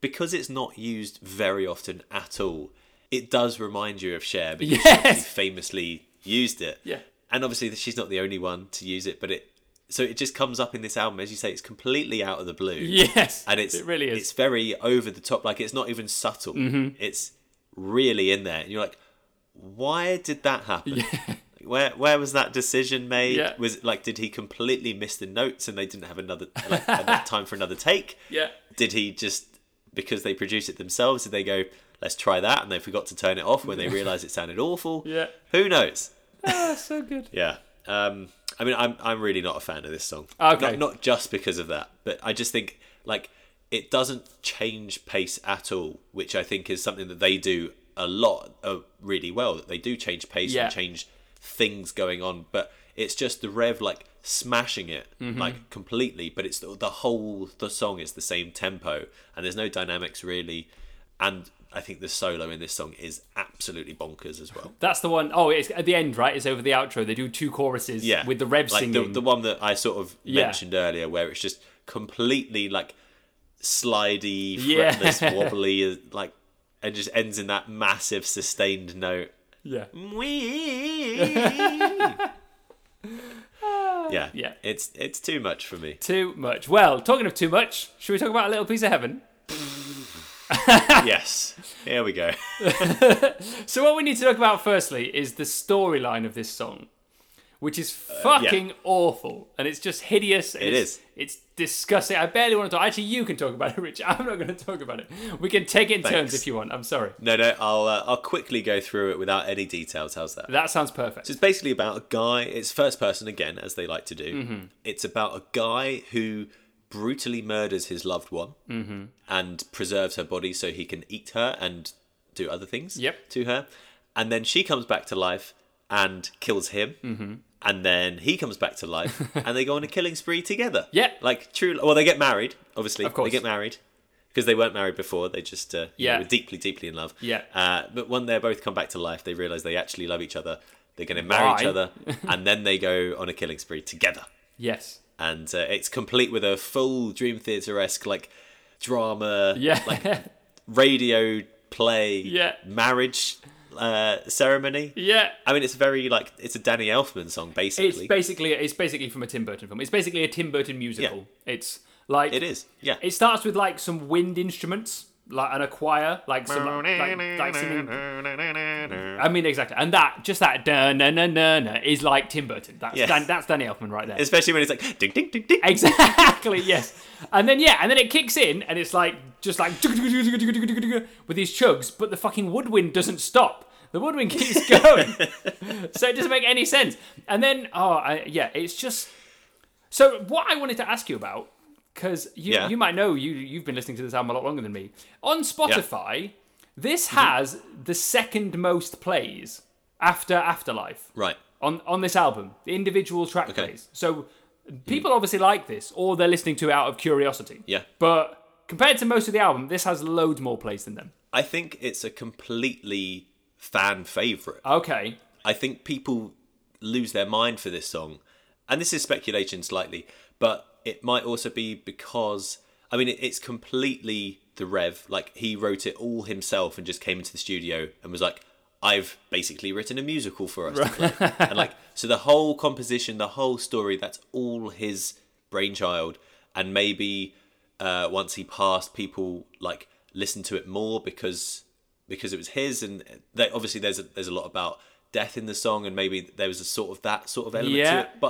[SPEAKER 1] because it's not used very often at all. It does remind you of Cher because she
[SPEAKER 2] [LAUGHS] Yes.
[SPEAKER 1] obviously famously used it.
[SPEAKER 2] Yeah.
[SPEAKER 1] And obviously, she's not the only one to use it, but it. So it just comes up in this album, as you say, it's completely out of the
[SPEAKER 2] [LAUGHS]
[SPEAKER 1] blue
[SPEAKER 2] Yes,
[SPEAKER 1] and it's
[SPEAKER 2] it really is. Mm-hmm.
[SPEAKER 1] it's very over the top like it's not even subtle it's really in there and you're like why did that happen where where was that decision made
[SPEAKER 2] Yeah.
[SPEAKER 1] was like did he completely miss the notes and they didn't have another like enough time for another take
[SPEAKER 2] [LAUGHS] yeah,
[SPEAKER 1] did he just because they produce it themselves did they go let's try that and they forgot to turn it off
[SPEAKER 2] [LAUGHS]
[SPEAKER 1] when they realized it sounded awful
[SPEAKER 2] Yeah.
[SPEAKER 1] who knows
[SPEAKER 2] Ah, so good.
[SPEAKER 1] yeah. Um, I mean, I'm I'm really not a fan of this song.
[SPEAKER 2] Okay.
[SPEAKER 1] Not, not just because of that, but I just think like it doesn't change pace at all, which I think is something that they do a lot of really well. That they do change pace
[SPEAKER 2] Yeah.
[SPEAKER 1] and change things going on, but it's just the rev like smashing it
[SPEAKER 2] Mm-hmm.
[SPEAKER 1] like completely. But it's the, the whole the song is the same tempo, and there's no dynamics really, and. I think the solo in this song is absolutely bonkers as well.
[SPEAKER 2] That's the one oh it's at the end, right? It's over the outro. They do two choruses
[SPEAKER 1] yeah,
[SPEAKER 2] with the rev
[SPEAKER 1] like
[SPEAKER 2] singing.
[SPEAKER 1] The, the one that I sort of
[SPEAKER 2] Yeah.
[SPEAKER 1] mentioned earlier, where it's just completely like slidey,
[SPEAKER 2] Yeah.
[SPEAKER 1] fretless,
[SPEAKER 2] [LAUGHS]
[SPEAKER 1] wobbly, uh, like, and just ends in that massive sustained note.
[SPEAKER 2] yeah. [LAUGHS]
[SPEAKER 1] yeah,
[SPEAKER 2] Yeah.
[SPEAKER 1] It's it's too much for me. [LAUGHS]
[SPEAKER 2] Too much. Well, talking of too much, should we talk about a little piece of heaven?
[SPEAKER 1] yes, here we go.
[SPEAKER 2] So what we need to talk about firstly is the storyline of this song, which is fucking awful and it's just hideous. and
[SPEAKER 1] Uh, It
[SPEAKER 2] it's,
[SPEAKER 1] is.
[SPEAKER 2] It's disgusting. I barely want to talk. Actually, you can talk about it, [LAUGHS] Rich. I'm not going to talk about it. We can take it in terms
[SPEAKER 1] Thanks.
[SPEAKER 2] if you want. I'm sorry.
[SPEAKER 1] No, no, I'll uh, I'll quickly go through it without any details. How's that?
[SPEAKER 2] That sounds perfect.
[SPEAKER 1] So it's basically about a guy. It's first person again, as they like to do.
[SPEAKER 2] Mm-hmm.
[SPEAKER 1] It's about a guy who brutally murders his loved one
[SPEAKER 2] Mm-hmm.
[SPEAKER 1] and preserves her body so he can eat her and do other things
[SPEAKER 2] Yep.
[SPEAKER 1] to her. And then she comes back to life and kills him.
[SPEAKER 2] Mm-hmm.
[SPEAKER 1] And then he comes back to
[SPEAKER 2] [LAUGHS]
[SPEAKER 1] life and they go on a killing spree together.
[SPEAKER 2] Yeah.
[SPEAKER 1] Like true. Well, they get married, obviously.
[SPEAKER 2] Of course.
[SPEAKER 1] They get married because they weren't married before. They just uh,
[SPEAKER 2] Yeah.
[SPEAKER 1] yeah. were deeply, deeply in love.
[SPEAKER 2] Yeah.
[SPEAKER 1] Uh, but when they both come back to life, they realize they actually love each other. They're going to marry each
[SPEAKER 2] Why? [LAUGHS]
[SPEAKER 1] other, and then they go on a killing spree together.
[SPEAKER 2] Yes.
[SPEAKER 1] And uh, it's complete with a full Dream Theater esque like drama,
[SPEAKER 2] Yeah.
[SPEAKER 1] radio play,
[SPEAKER 2] Yeah.
[SPEAKER 1] marriage uh, ceremony.
[SPEAKER 2] [LAUGHS] yeah.
[SPEAKER 1] I mean, it's very like it's a Danny Elfman song
[SPEAKER 2] It's
[SPEAKER 1] basically.
[SPEAKER 2] basically it's basically from a Tim Burton film. It's basically a Tim Burton musical. It's like
[SPEAKER 1] it is, yeah.
[SPEAKER 2] It starts with like some wind instruments, like and a choir, like some like, like, like singing. I mean, exactly, and that just that na na na na is like Tim Burton. That's
[SPEAKER 1] Yes.
[SPEAKER 2] Dan, that's Danny Elfman right there.
[SPEAKER 1] Especially when it's like ding ding ding ding.
[SPEAKER 2] [LAUGHS] Exactly. Yes. And then yeah, and then it kicks in, and it's like just like [LAUGHS] with these chugs, but the fucking woodwind doesn't stop. The woodwind keeps going, so it doesn't make any sense. And then oh I, yeah, it's just. So what I wanted to ask you about, because you
[SPEAKER 1] Yeah.
[SPEAKER 2] you might know you you've been listening to this album a lot longer than me on Spotify. This has the second most plays after Afterlife
[SPEAKER 1] Right.
[SPEAKER 2] on on this album, the individual track plays. So people obviously like this, or they're listening to it out of curiosity.
[SPEAKER 1] Yeah.
[SPEAKER 2] But compared to most of the album, this has loads more plays than them.
[SPEAKER 1] I think it's a completely fan favorite.
[SPEAKER 2] Okay.
[SPEAKER 1] I think people lose their mind for this song. And this is speculation slightly, but it might also be because, I mean, it- it's completely the Rev. Like, he wrote it all himself and just came into the studio and was like, I've basically written a musical for us. To play. and, like, so the whole composition, the whole story, that's all his brainchild. And maybe uh, once he passed, people, like, listened to it more because because it was his and they, obviously there's a, there's a lot about death in the song and maybe there was a sort of that sort of element
[SPEAKER 2] Yeah.
[SPEAKER 1] to it but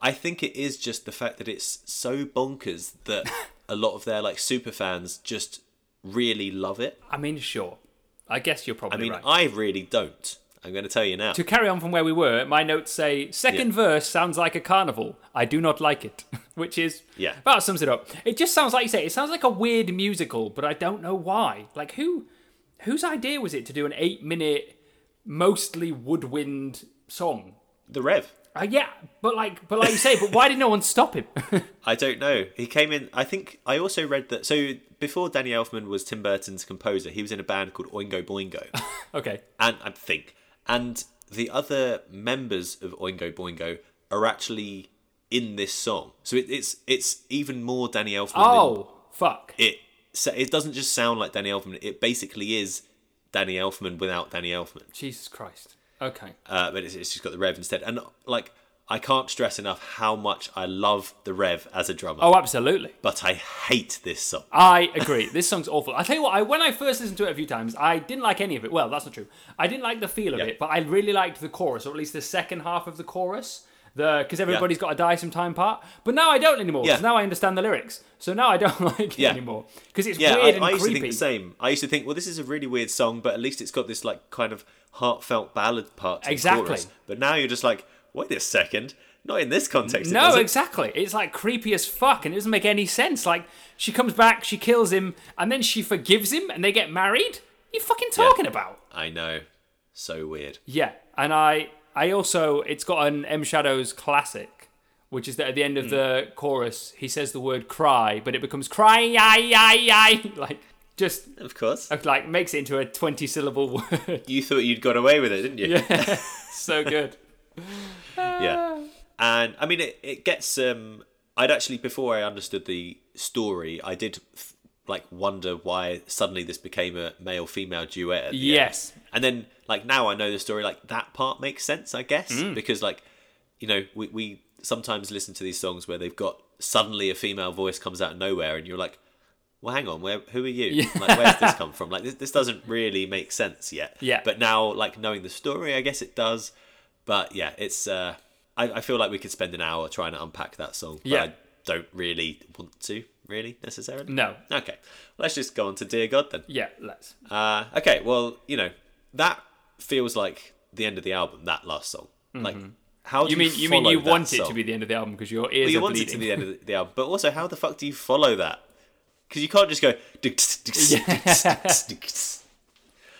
[SPEAKER 1] I, I think it is just the fact that it's so bonkers
[SPEAKER 2] [LAUGHS]
[SPEAKER 1] that a lot of their like super fans just really love it
[SPEAKER 2] I mean, sure. I guess you're probably
[SPEAKER 1] i mean
[SPEAKER 2] right.
[SPEAKER 1] i really don't i'm going to tell you now
[SPEAKER 2] to carry on from where we were, my notes say second verse sounds like a carnival. I do not like it, [LAUGHS] which is
[SPEAKER 1] Yeah.
[SPEAKER 2] About sums it up. It just sounds like you say it sounds like a weird musical, but I don't know why. Like who, whose idea was it to do an eight minute, mostly woodwind song?
[SPEAKER 1] the rev
[SPEAKER 2] Uh, yeah, but like, but like you say, but why did no one stop him?
[SPEAKER 1] I don't know. He came in. I think I also read that. So before Danny Elfman was Tim Burton's composer, he was in a band called Oingo
[SPEAKER 2] [LAUGHS]
[SPEAKER 1] Boingo.
[SPEAKER 2] [LAUGHS] okay,
[SPEAKER 1] and I think, and the other members of Oingo Boingo are actually in this song. So it, it's it's even more Danny Elfman. than
[SPEAKER 2] oh fuck,
[SPEAKER 1] it so it doesn't just sound like Danny Elfman. It basically is Danny Elfman without Danny Elfman.
[SPEAKER 2] Jesus Christ. Okay,
[SPEAKER 1] Uh, but it's, it's just got the Rev instead. And like I can't stress enough how much I love the Rev as a drummer.
[SPEAKER 2] oh absolutely.
[SPEAKER 1] But I hate this song.
[SPEAKER 2] I agree. This song's awful. I tell you what, I, when I first listened to it a few times, I didn't like any of it. Well, that's not true. I didn't like the feel of
[SPEAKER 1] Yeah.
[SPEAKER 2] it, but I really liked the chorus, or at least the second half of the chorus. The because everybody's got to die sometime part. But now I don't anymore. 'cause
[SPEAKER 1] Yeah.
[SPEAKER 2] now I understand the lyrics. So now I don't [LAUGHS] like it
[SPEAKER 1] Yeah.
[SPEAKER 2] anymore because it's
[SPEAKER 1] Yeah,
[SPEAKER 2] weird
[SPEAKER 1] I,
[SPEAKER 2] and
[SPEAKER 1] I used to
[SPEAKER 2] creepy.
[SPEAKER 1] think the same. I used to think, well, this is a really weird song, but at least it's got this like kind of heartfelt ballad part. To the
[SPEAKER 2] Exactly.
[SPEAKER 1] chorus. But now you're just like, wait a second, not in this context. it
[SPEAKER 2] No,
[SPEAKER 1] doesn't.
[SPEAKER 2] exactly. It's like creepy as fuck, and it doesn't make any sense. Like she comes back, she kills him, and then she forgives him, and they get married. What are you fucking talking about?
[SPEAKER 1] I know. So weird.
[SPEAKER 2] Yeah, and I I also it's got an M Shadows classic, which is that at the end of the chorus he says the word cry, but it becomes cry ay ay ay [LAUGHS] like just uh,
[SPEAKER 1] Of course.
[SPEAKER 2] like makes it into a twenty syllable [LAUGHS] word.
[SPEAKER 1] You thought you'd got away with it, didn't you? Yeah.
[SPEAKER 2] [LAUGHS] so good.
[SPEAKER 1] [LAUGHS] yeah. And I mean, it, it gets. Um, I'd actually before I understood the story, I did f- like wonder why suddenly this became a male female duet. At the end.
[SPEAKER 2] Yes.
[SPEAKER 1] And then like now I know the story. Like that part makes sense, I guess,
[SPEAKER 2] Mm.
[SPEAKER 1] because like you know we we sometimes listen to these songs where they've got suddenly a female voice comes out of nowhere, and you're like. Well, hang on. Where? Who are you? Like, where's this come from? Like, this, this doesn't really make sense yet.
[SPEAKER 2] Yeah.
[SPEAKER 1] But now, like, knowing the story, I guess it does. But yeah, it's. Uh, I, I feel like we could spend an hour trying to unpack that song. But
[SPEAKER 2] Yeah.
[SPEAKER 1] I don't really want to, really, necessarily.
[SPEAKER 2] No.
[SPEAKER 1] Okay. Let's just go on to Dear God then.
[SPEAKER 2] Yeah, let's.
[SPEAKER 1] Uh, okay, well, you know, that feels like the end of the album, that last song. Like, how do
[SPEAKER 2] Mm-hmm. You
[SPEAKER 1] you
[SPEAKER 2] mean you mean
[SPEAKER 1] follow
[SPEAKER 2] you
[SPEAKER 1] that
[SPEAKER 2] want it to
[SPEAKER 1] song?
[SPEAKER 2] be the end of the album because your ears
[SPEAKER 1] Well, you
[SPEAKER 2] are
[SPEAKER 1] want
[SPEAKER 2] bleeding.
[SPEAKER 1] it to be the end
[SPEAKER 2] [LAUGHS]
[SPEAKER 1] of the album, but also, how the fuck do you follow that? Because you can't just go.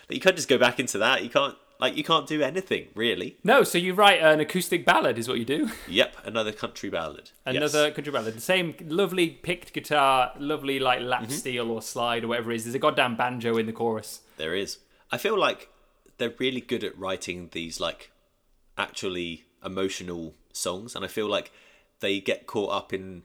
[SPEAKER 1] Like, You can't just go back into that. You can't like you can't do anything really.
[SPEAKER 2] No, so you write an acoustic ballad is what you do.
[SPEAKER 1] Yep, another country ballad. Yes.
[SPEAKER 2] Another country ballad. The same lovely picked guitar, lovely like lap steel or slide or whatever it is. There's a goddamn banjo in the chorus.
[SPEAKER 1] There is. I feel like they're really good at writing these like actually emotional songs, and I feel like they get caught up in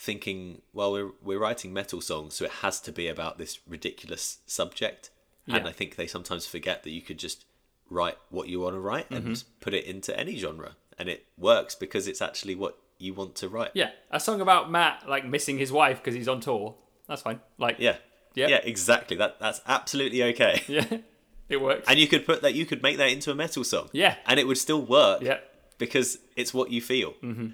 [SPEAKER 1] thinking, well, we're we're writing metal songs, so it has to be about this ridiculous subject. And
[SPEAKER 2] Yeah.
[SPEAKER 1] I think they sometimes forget that you could just write what you want to write and
[SPEAKER 2] Mm-hmm.
[SPEAKER 1] put it into any genre, and it works because it's actually what you want to write.
[SPEAKER 2] Yeah, a song about Matt like missing his wife because he's on tour. That's fine. Like,
[SPEAKER 1] Yeah.
[SPEAKER 2] Yeah.
[SPEAKER 1] Yeah, exactly. That that's absolutely okay.
[SPEAKER 2] yeah, [LAUGHS] it works.
[SPEAKER 1] And you could put that you could make that into a metal song.
[SPEAKER 2] Yeah.
[SPEAKER 1] And it would still work
[SPEAKER 2] yeah,
[SPEAKER 1] because it's what you feel.
[SPEAKER 2] Mm-hmm.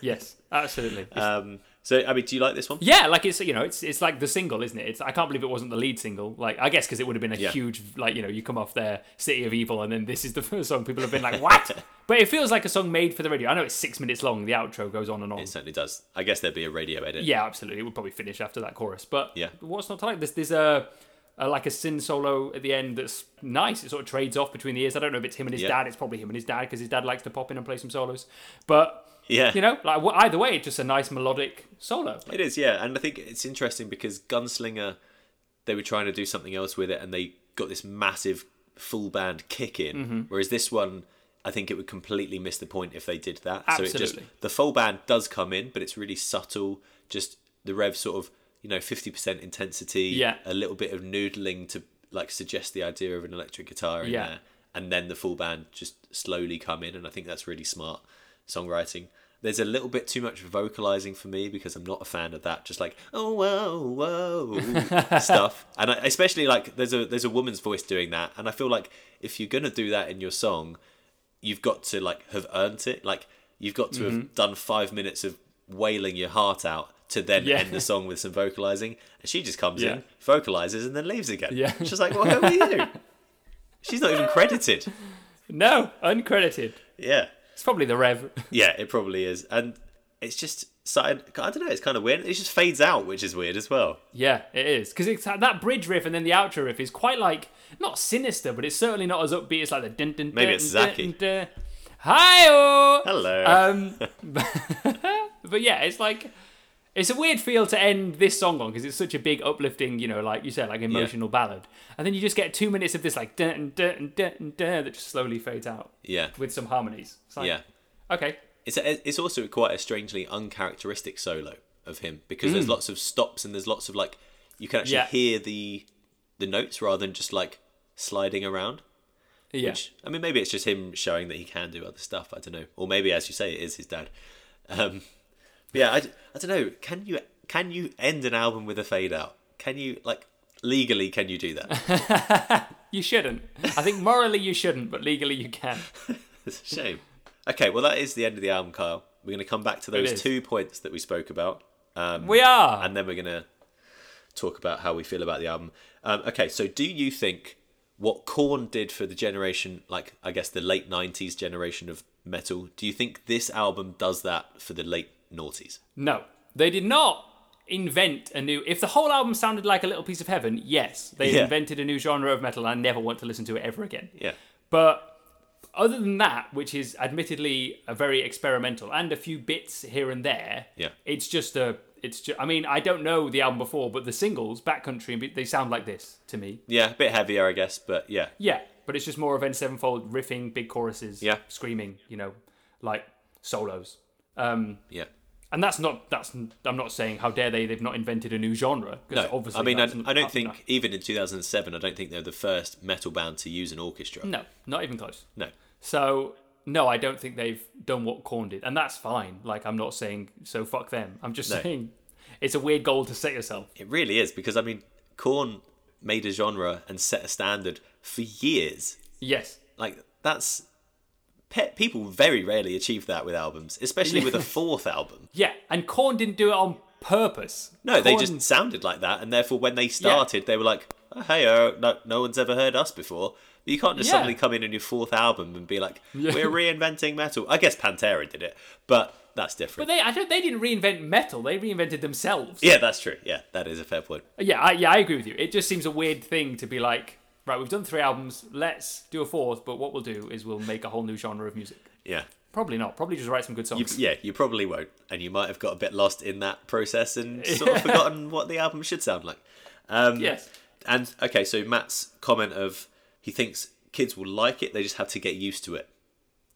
[SPEAKER 2] yes, absolutely.
[SPEAKER 1] Um so I mean, do you like this one?
[SPEAKER 2] yeah, like it's you know it's it's like the single, isn't it? It's I can't believe it wasn't the lead single. Like I guess because it would have been a
[SPEAKER 1] Yeah.
[SPEAKER 2] huge like you know you come off there City of Evil and then this is the [LAUGHS] first song people have been like what? but it feels like a song made for the radio. I know it's six minutes long. The outro goes on and on.
[SPEAKER 1] It certainly does. I guess there'd be a radio edit.
[SPEAKER 2] Yeah, absolutely. It would probably finish after that chorus. But
[SPEAKER 1] Yeah.
[SPEAKER 2] what's not to like? There's, there's a, a like a sin solo at the end that's nice. It sort of trades off between the years. I don't know if it's him and his
[SPEAKER 1] Yeah.
[SPEAKER 2] dad. It's probably him and his dad because his dad likes to pop in and play some solos. But
[SPEAKER 1] Yeah.
[SPEAKER 2] you know, like wh- either way, it's just a nice melodic solo.
[SPEAKER 1] It is, yeah. And I think it's interesting because Gunslinger, they were trying to do something else with it and they got this massive full band kick in.
[SPEAKER 2] Mm-hmm.
[SPEAKER 1] Whereas this one, I think it would completely miss the point if they did that. So it
[SPEAKER 2] Absolutely.
[SPEAKER 1] just, the full band does come in, but it's really subtle. Just the rev sort of, you know, 50% intensity,
[SPEAKER 2] Yeah.
[SPEAKER 1] a little bit of noodling to like suggest the idea of an electric guitar in
[SPEAKER 2] Yeah.
[SPEAKER 1] there. And then the full band just slowly come in. And I think that's really smart songwriting. There's a little bit too much vocalizing for me because I'm not a fan of that. Just like oh whoa
[SPEAKER 2] [LAUGHS]
[SPEAKER 1] whoa stuff, and I, especially like there's a there's a woman's voice doing that, and I feel like if you're gonna do that in your song, you've got to like have earned it. Like you've got to
[SPEAKER 2] Mm-hmm.
[SPEAKER 1] have done five minutes of wailing your heart out to then
[SPEAKER 2] Yeah.
[SPEAKER 1] end the song with some vocalizing. And she just comes
[SPEAKER 2] Yeah.
[SPEAKER 1] in, vocalizes, and then leaves again.
[SPEAKER 2] Yeah.
[SPEAKER 1] she's like, well, who are
[SPEAKER 2] [LAUGHS]
[SPEAKER 1] you? She's not even credited.
[SPEAKER 2] No, uncredited.
[SPEAKER 1] Yeah.
[SPEAKER 2] It's probably the Rev. [LAUGHS]
[SPEAKER 1] Yeah, it probably is, and it's just started. I don't know. It's kind of weird. It just fades out, which is weird as well.
[SPEAKER 2] yeah, it is because it's that bridge riff and then the outro riff is quite like not sinister, but it's certainly not as upbeat. It's like the dun dun.
[SPEAKER 1] Maybe
[SPEAKER 2] dun,
[SPEAKER 1] it's
[SPEAKER 2] dun,
[SPEAKER 1] Zaki.
[SPEAKER 2] dun. Hi-oh!
[SPEAKER 1] Hello.
[SPEAKER 2] Um, [LAUGHS] but yeah, it's like it's a weird feel to end this song on because it's such a big uplifting, you know, like you said, like emotional ballad, and then you just get two minutes of this like dun dun dun dun dun that just slowly fades out
[SPEAKER 1] yeah,
[SPEAKER 2] with some harmonies. It's like,
[SPEAKER 1] yeah.
[SPEAKER 2] Okay.
[SPEAKER 1] It's it's also quite a strangely uncharacteristic solo of him because there's lots of stops and there's lots of like you can actually
[SPEAKER 2] Hmm. Yeah.
[SPEAKER 1] hear the the notes rather than just like sliding around.
[SPEAKER 2] Yeah.
[SPEAKER 1] Which I mean, maybe it's just him showing that he can do other stuff. I don't know, or maybe as you say, it is his dad. Um, but yeah, I, I don't know. Can you can you end an album with a fade out? Can you like legally can you do that?
[SPEAKER 2] you shouldn't. I think morally you shouldn't, but legally you can.
[SPEAKER 1] It's a shame. Okay, well, that is the end of the album, Kyle. We're going to come back to
[SPEAKER 2] is.
[SPEAKER 1] those two points that we spoke about, um,
[SPEAKER 2] We are.
[SPEAKER 1] and then we're going to talk about how we feel about the album. Um, okay, so do you think what Korn did for the generation, like I guess the late '90s generation of metal, do you think this album does that for the late noughties?
[SPEAKER 2] No, they did not invent a new. If the whole album sounded like a little piece of heaven, yes, they
[SPEAKER 1] Yeah.
[SPEAKER 2] invented a new genre of metal, and I never want to listen to it ever again.
[SPEAKER 1] Yeah,
[SPEAKER 2] But other than that, which is admittedly a very experimental and a few bits here and there,
[SPEAKER 1] Yeah.
[SPEAKER 2] it's just a. It's just, I mean, I don't know the album before, but the singles, Backcountry, they sound like this to me.
[SPEAKER 1] yeah, a bit heavier, I guess, but yeah,
[SPEAKER 2] Yeah, but it's just more of N Sevenfold riffing, big choruses,
[SPEAKER 1] Yeah.
[SPEAKER 2] screaming, you know, like solos. Um,
[SPEAKER 1] yeah.
[SPEAKER 2] and that's not that's I'm not saying how dare they they've not invented a new genre. 'cause
[SPEAKER 1] No,
[SPEAKER 2] obviously
[SPEAKER 1] I mean, I,
[SPEAKER 2] that's-
[SPEAKER 1] I don't think even in 2007, I don't think they're the first metal band to use an orchestra.
[SPEAKER 2] no, not even close.
[SPEAKER 1] no.
[SPEAKER 2] So no, I don't think they've done what Korn did, and that's fine. Like I'm not saying so fuck them. I'm just
[SPEAKER 1] No.
[SPEAKER 2] saying it's a weird goal to set yourself.
[SPEAKER 1] It really is because I mean, Korn made a genre and set a standard for years.
[SPEAKER 2] Yes,
[SPEAKER 1] Like that's pe- people very rarely achieve that with albums, especially
[SPEAKER 2] [LAUGHS]
[SPEAKER 1] with a fourth album.
[SPEAKER 2] yeah, and Korn didn't do it on purpose.
[SPEAKER 1] No, they
[SPEAKER 2] Korn-
[SPEAKER 1] just sounded like that, and therefore when they started, they were like, oh, "Hey, oh, no, no one's ever heard us before." But you can't just
[SPEAKER 2] Yeah.
[SPEAKER 1] suddenly come in on your fourth album and be like, "We're reinventing metal." I guess Pantera did it, but that's
[SPEAKER 2] But
[SPEAKER 1] different.
[SPEAKER 2] they, I don't. They didn't reinvent metal. They reinvented themselves.
[SPEAKER 1] yeah, that's true. Yeah, that is a fair point.
[SPEAKER 2] Yeah, I, yeah, I agree with you. It just seems a weird thing to be like, right, we've done three albums, let's do a fourth, but what we'll do is we'll make a whole new genre of music.
[SPEAKER 1] Yeah.
[SPEAKER 2] Probably not. Probably just write some good songs.
[SPEAKER 1] Yeah, you probably won't, and you might have got a bit lost in that process and
[SPEAKER 2] [LAUGHS]
[SPEAKER 1] sort of forgotten what the album should sound like. Um,
[SPEAKER 2] Yes.
[SPEAKER 1] And okay, so Matt's comment of he thinks kids will like it; they just have to get used to it.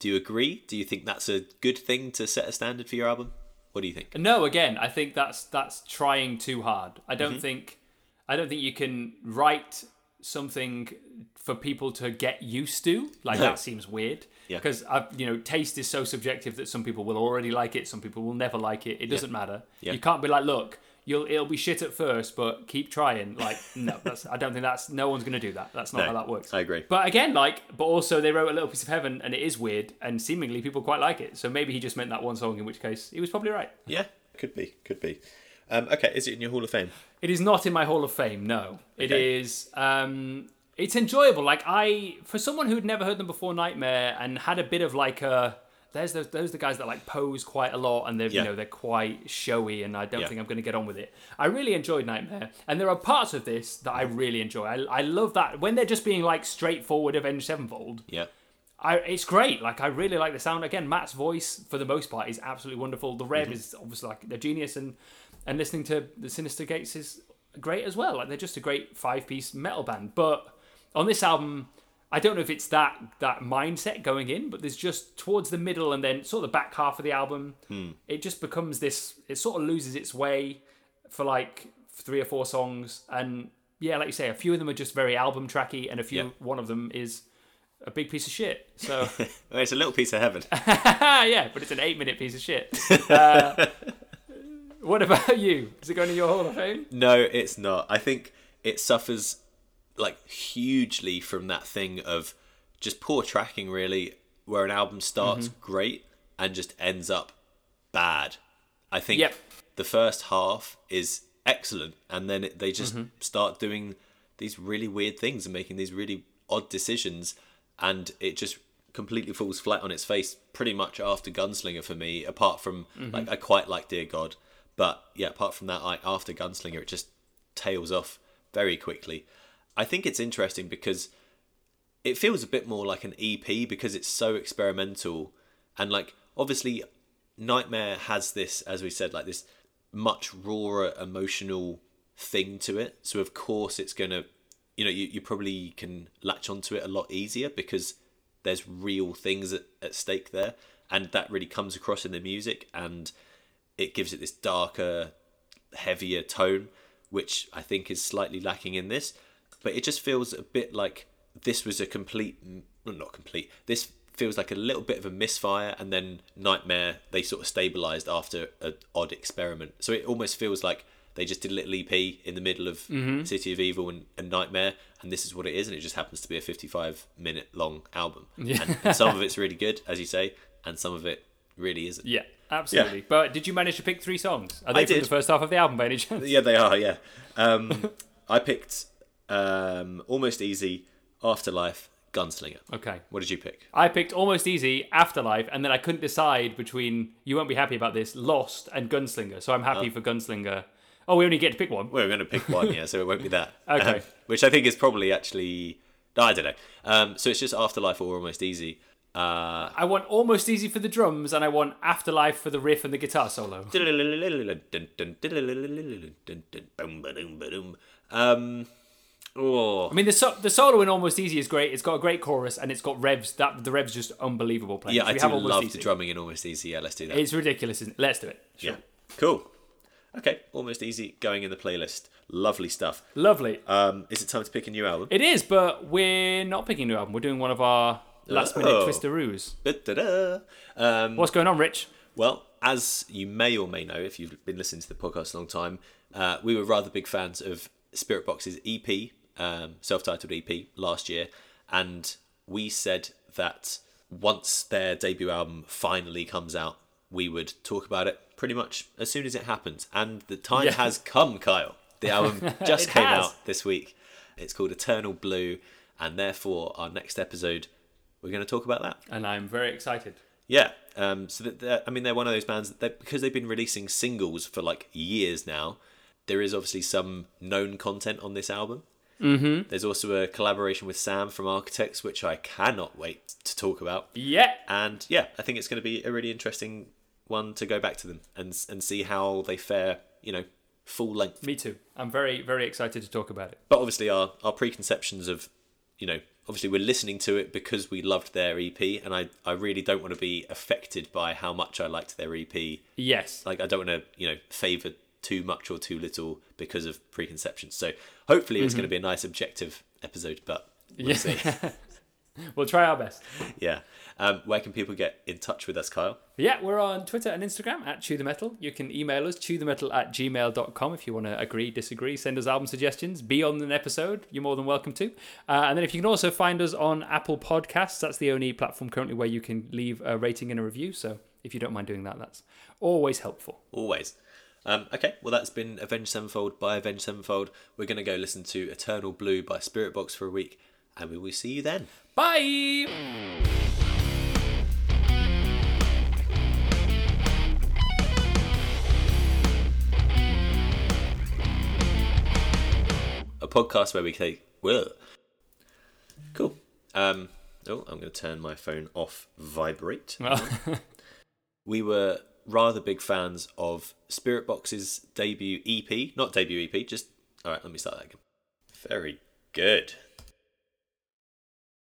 [SPEAKER 1] Do you agree? Do you think that's a good thing to set a standard for your album? What do you think?
[SPEAKER 2] No, again, I think that's that's trying too hard. I
[SPEAKER 1] Mm-hmm.
[SPEAKER 2] don't think I don't think you can write something for people to get used to. Like
[SPEAKER 1] No.
[SPEAKER 2] that seems weird.
[SPEAKER 1] Yeah.
[SPEAKER 2] Because you know, taste is so subjective that some people will already like it, some people will never like it. It doesn't matter.
[SPEAKER 1] Yeah.
[SPEAKER 2] You can't be like, look, you'll it'll be shit at first, but keep trying. Like,
[SPEAKER 1] [LAUGHS]
[SPEAKER 2] no, that's I don't think that's no one's gonna do that. That's not
[SPEAKER 1] No,
[SPEAKER 2] how that works.
[SPEAKER 1] I agree.
[SPEAKER 2] But again, like, but also they wrote a little piece of heaven, and it is weird, and seemingly people quite like it. So maybe he just meant that one song, in which case he was probably right.
[SPEAKER 1] Yeah, could be, could be. Um, okay, is it in your Hall of Fame?
[SPEAKER 2] It is not in my Hall of Fame. No, It
[SPEAKER 1] Okay.
[SPEAKER 2] is. Um, it's enjoyable. Like I, for someone who had never heard them before, Nightmare, and had a bit of like a. There's those, those are the guys that like pose quite a lot, and they're
[SPEAKER 1] Yeah.
[SPEAKER 2] you know they're quite showy, and I don't
[SPEAKER 1] Yeah.
[SPEAKER 2] think I'm going to get on with it. I really enjoyed Nightmare, and there are parts of this that I
[SPEAKER 1] Mm.
[SPEAKER 2] really enjoy. I, I love that when they're just being like straightforward Avenged Sevenfold.
[SPEAKER 1] Yeah,
[SPEAKER 2] I, it's great. Like I really like the sound. Again, Matt's voice for the most part is absolutely wonderful. The Rev is obviously like a genius, and and listening to the Sinister Gates is great as well. Like they're just a great five piece metal band. But on this album, I don't know if it's that that mindset going in, but there's just towards the middle and then sort of the back half of the album, it just becomes this. It sort of loses its way for like three or four songs, and yeah, like you say, a few of them are just very album tracky, and a few
[SPEAKER 1] Yeah.
[SPEAKER 2] one of them is a big piece of shit.
[SPEAKER 1] [LAUGHS]
[SPEAKER 2] So [LAUGHS]
[SPEAKER 1] Well, it's a little piece of heaven.
[SPEAKER 2] yeah, but it's an eight-minute piece
[SPEAKER 1] [LAUGHS]
[SPEAKER 2] of shit. Uh, what about you? Is it going to your Hall of Fame?
[SPEAKER 1] No, it's not. I think it suffers like hugely from that thing of just poor tracking, really, where an album starts
[SPEAKER 2] Mm-hmm.
[SPEAKER 1] great and just ends up bad. I think
[SPEAKER 2] Yep.
[SPEAKER 1] the first half is excellent, and then it, they just start doing these really weird things and making these really odd decisions, and it just completely falls flat on its face pretty much after Gunslinger for me. Apart from like, I quite like Dear God, but yeah, apart from that, I, after Gunslinger, it just tails off very quickly. I think it's interesting because it feels a bit more like an EP because it's so experimental and like obviously Nightmare has this as we said like this much rawer emotional thing to it so of course it's going to you know you, you probably can latch onto it a lot easier because there's real things at, at stake there and that really comes across in the music and it gives it this darker heavier tone, which I think is slightly lacking in this. But it just feels a bit like this was a complete, well, not complete. This feels like a little bit of a misfire, and then Nightmare they sort of stabilized after an odd experiment. So it almost feels like they just did a little EP in the middle of City of Evil and, and Nightmare, and this is what it is, and it just happens to be a fifty-five minute long album. And, and some of it's really good, as you say, and some of it really isn't.
[SPEAKER 2] Yeah, absolutely. But did you manage to pick three songs? Are they
[SPEAKER 1] I
[SPEAKER 2] from
[SPEAKER 1] did.
[SPEAKER 2] the first half of the album by any chance?
[SPEAKER 1] Yeah, they are. Yeah, um, I picked um, almost easy, afterlife, gunslinger.
[SPEAKER 2] [LAUGHS] Okay.
[SPEAKER 1] What did you pick?
[SPEAKER 2] I picked Almost Easy, Afterlife, and then I couldn't decide between You Won't Be Happy About This, Lost, and Gunslinger. So I'm happy for Gunslinger. Oh, we only get to pick one.
[SPEAKER 1] Well, we're going to pick one, yeah, so it won't be that.
[SPEAKER 2] [LAUGHS] Okay.
[SPEAKER 1] Um, which I think is probably actually. No, I don't know. Um, so it's just afterlife or almost easy. Uh,
[SPEAKER 2] I want Almost Easy for the drums, and I want Afterlife for the riff and the guitar solo.
[SPEAKER 1] um, oh,
[SPEAKER 2] I mean, the, so- the solo in Almost Easy is great. It's got a great chorus, and it's got revs. That the revs just unbelievable playing.
[SPEAKER 1] yeah,
[SPEAKER 2] So
[SPEAKER 1] I
[SPEAKER 2] we
[SPEAKER 1] do
[SPEAKER 2] have Almost
[SPEAKER 1] love
[SPEAKER 2] Easy.
[SPEAKER 1] the drumming in almost easy. Yeah, let's do that.
[SPEAKER 2] It's ridiculous. Isn't it? Let's do it. Sure.
[SPEAKER 1] yeah, cool. Okay, almost easy going in the playlist. Lovely stuff.
[SPEAKER 2] Lovely.
[SPEAKER 1] Um, is it time to pick a new album?
[SPEAKER 2] It is, but we're not picking a new album. We're doing one of our last minute
[SPEAKER 1] Oh.
[SPEAKER 2] twisteroos.
[SPEAKER 1] Da-da-da. Um,
[SPEAKER 2] What's going on, Rich?
[SPEAKER 1] well, as you may or may know, if you've been listening to the podcast a long time, uh, we were rather big fans of Spirit Box's EP, um, self titled EP, last year. And we said that once their debut album finally comes out, we would talk about it pretty much as soon as it happens. And the time
[SPEAKER 2] Yeah.
[SPEAKER 1] has come, Kyle. The
[SPEAKER 2] [LAUGHS]
[SPEAKER 1] album just
[SPEAKER 2] It
[SPEAKER 1] came
[SPEAKER 2] has.
[SPEAKER 1] out this week. It's called Eternal Blue. And therefore, our next episode, we're going to talk about that.
[SPEAKER 2] And I'm very excited.
[SPEAKER 1] Yeah. Um, so that they're- I mean, they're one of those bands that they- because they've been releasing singles for like years now. There is obviously some known content on this album. Mm-hmm. There's also a collaboration with Sam from Architects, which I cannot wait to talk about.
[SPEAKER 2] Yeah.
[SPEAKER 1] And yeah, I think it's going to be a really interesting one to go back to them and and see how they fare. You know, full length.
[SPEAKER 2] Me too. I'm very, very excited to talk about it.
[SPEAKER 1] But obviously, our our preconceptions of you know, obviously we're listening to it because we loved their EP, and I, I really don't want to be affected by how much I liked their EP.
[SPEAKER 2] Yes.
[SPEAKER 1] Like I don't want to, you know, favour too much or too little because of preconceptions. So hopefully it's going to be a nice objective episode, but we'll
[SPEAKER 2] Yeah.
[SPEAKER 1] see.
[SPEAKER 2] [LAUGHS] We'll try our best.
[SPEAKER 1] yeah. Um, where can people get in touch with us, Kyle?
[SPEAKER 2] Yeah, we're on Twitter and Instagram at Chew the Metal. You can email us, chewthemetal at gmail.com, if you want to agree, disagree, send us album suggestions, be on an episode. You're more than welcome to. Uh, and then if you can also find us on Apple Podcasts, that's the only platform currently where you can leave a rating and a review. So if you don't mind doing that, that's always helpful.
[SPEAKER 1] Always. Um, okay, well, that's been Avenged Sevenfold by Avenged Sevenfold. We're going to go listen to Eternal Blue by Spirit Box for a week, and we will see you then.
[SPEAKER 2] Bye!
[SPEAKER 1] A podcast where we take. Whoa. Cool. Um, oh, I'm going to turn my phone off vibrate.
[SPEAKER 2] Well,
[SPEAKER 1] we were rather big fans of Spirit E Box's debut EP, not debut EP, just all right. Let me start that again. Very good.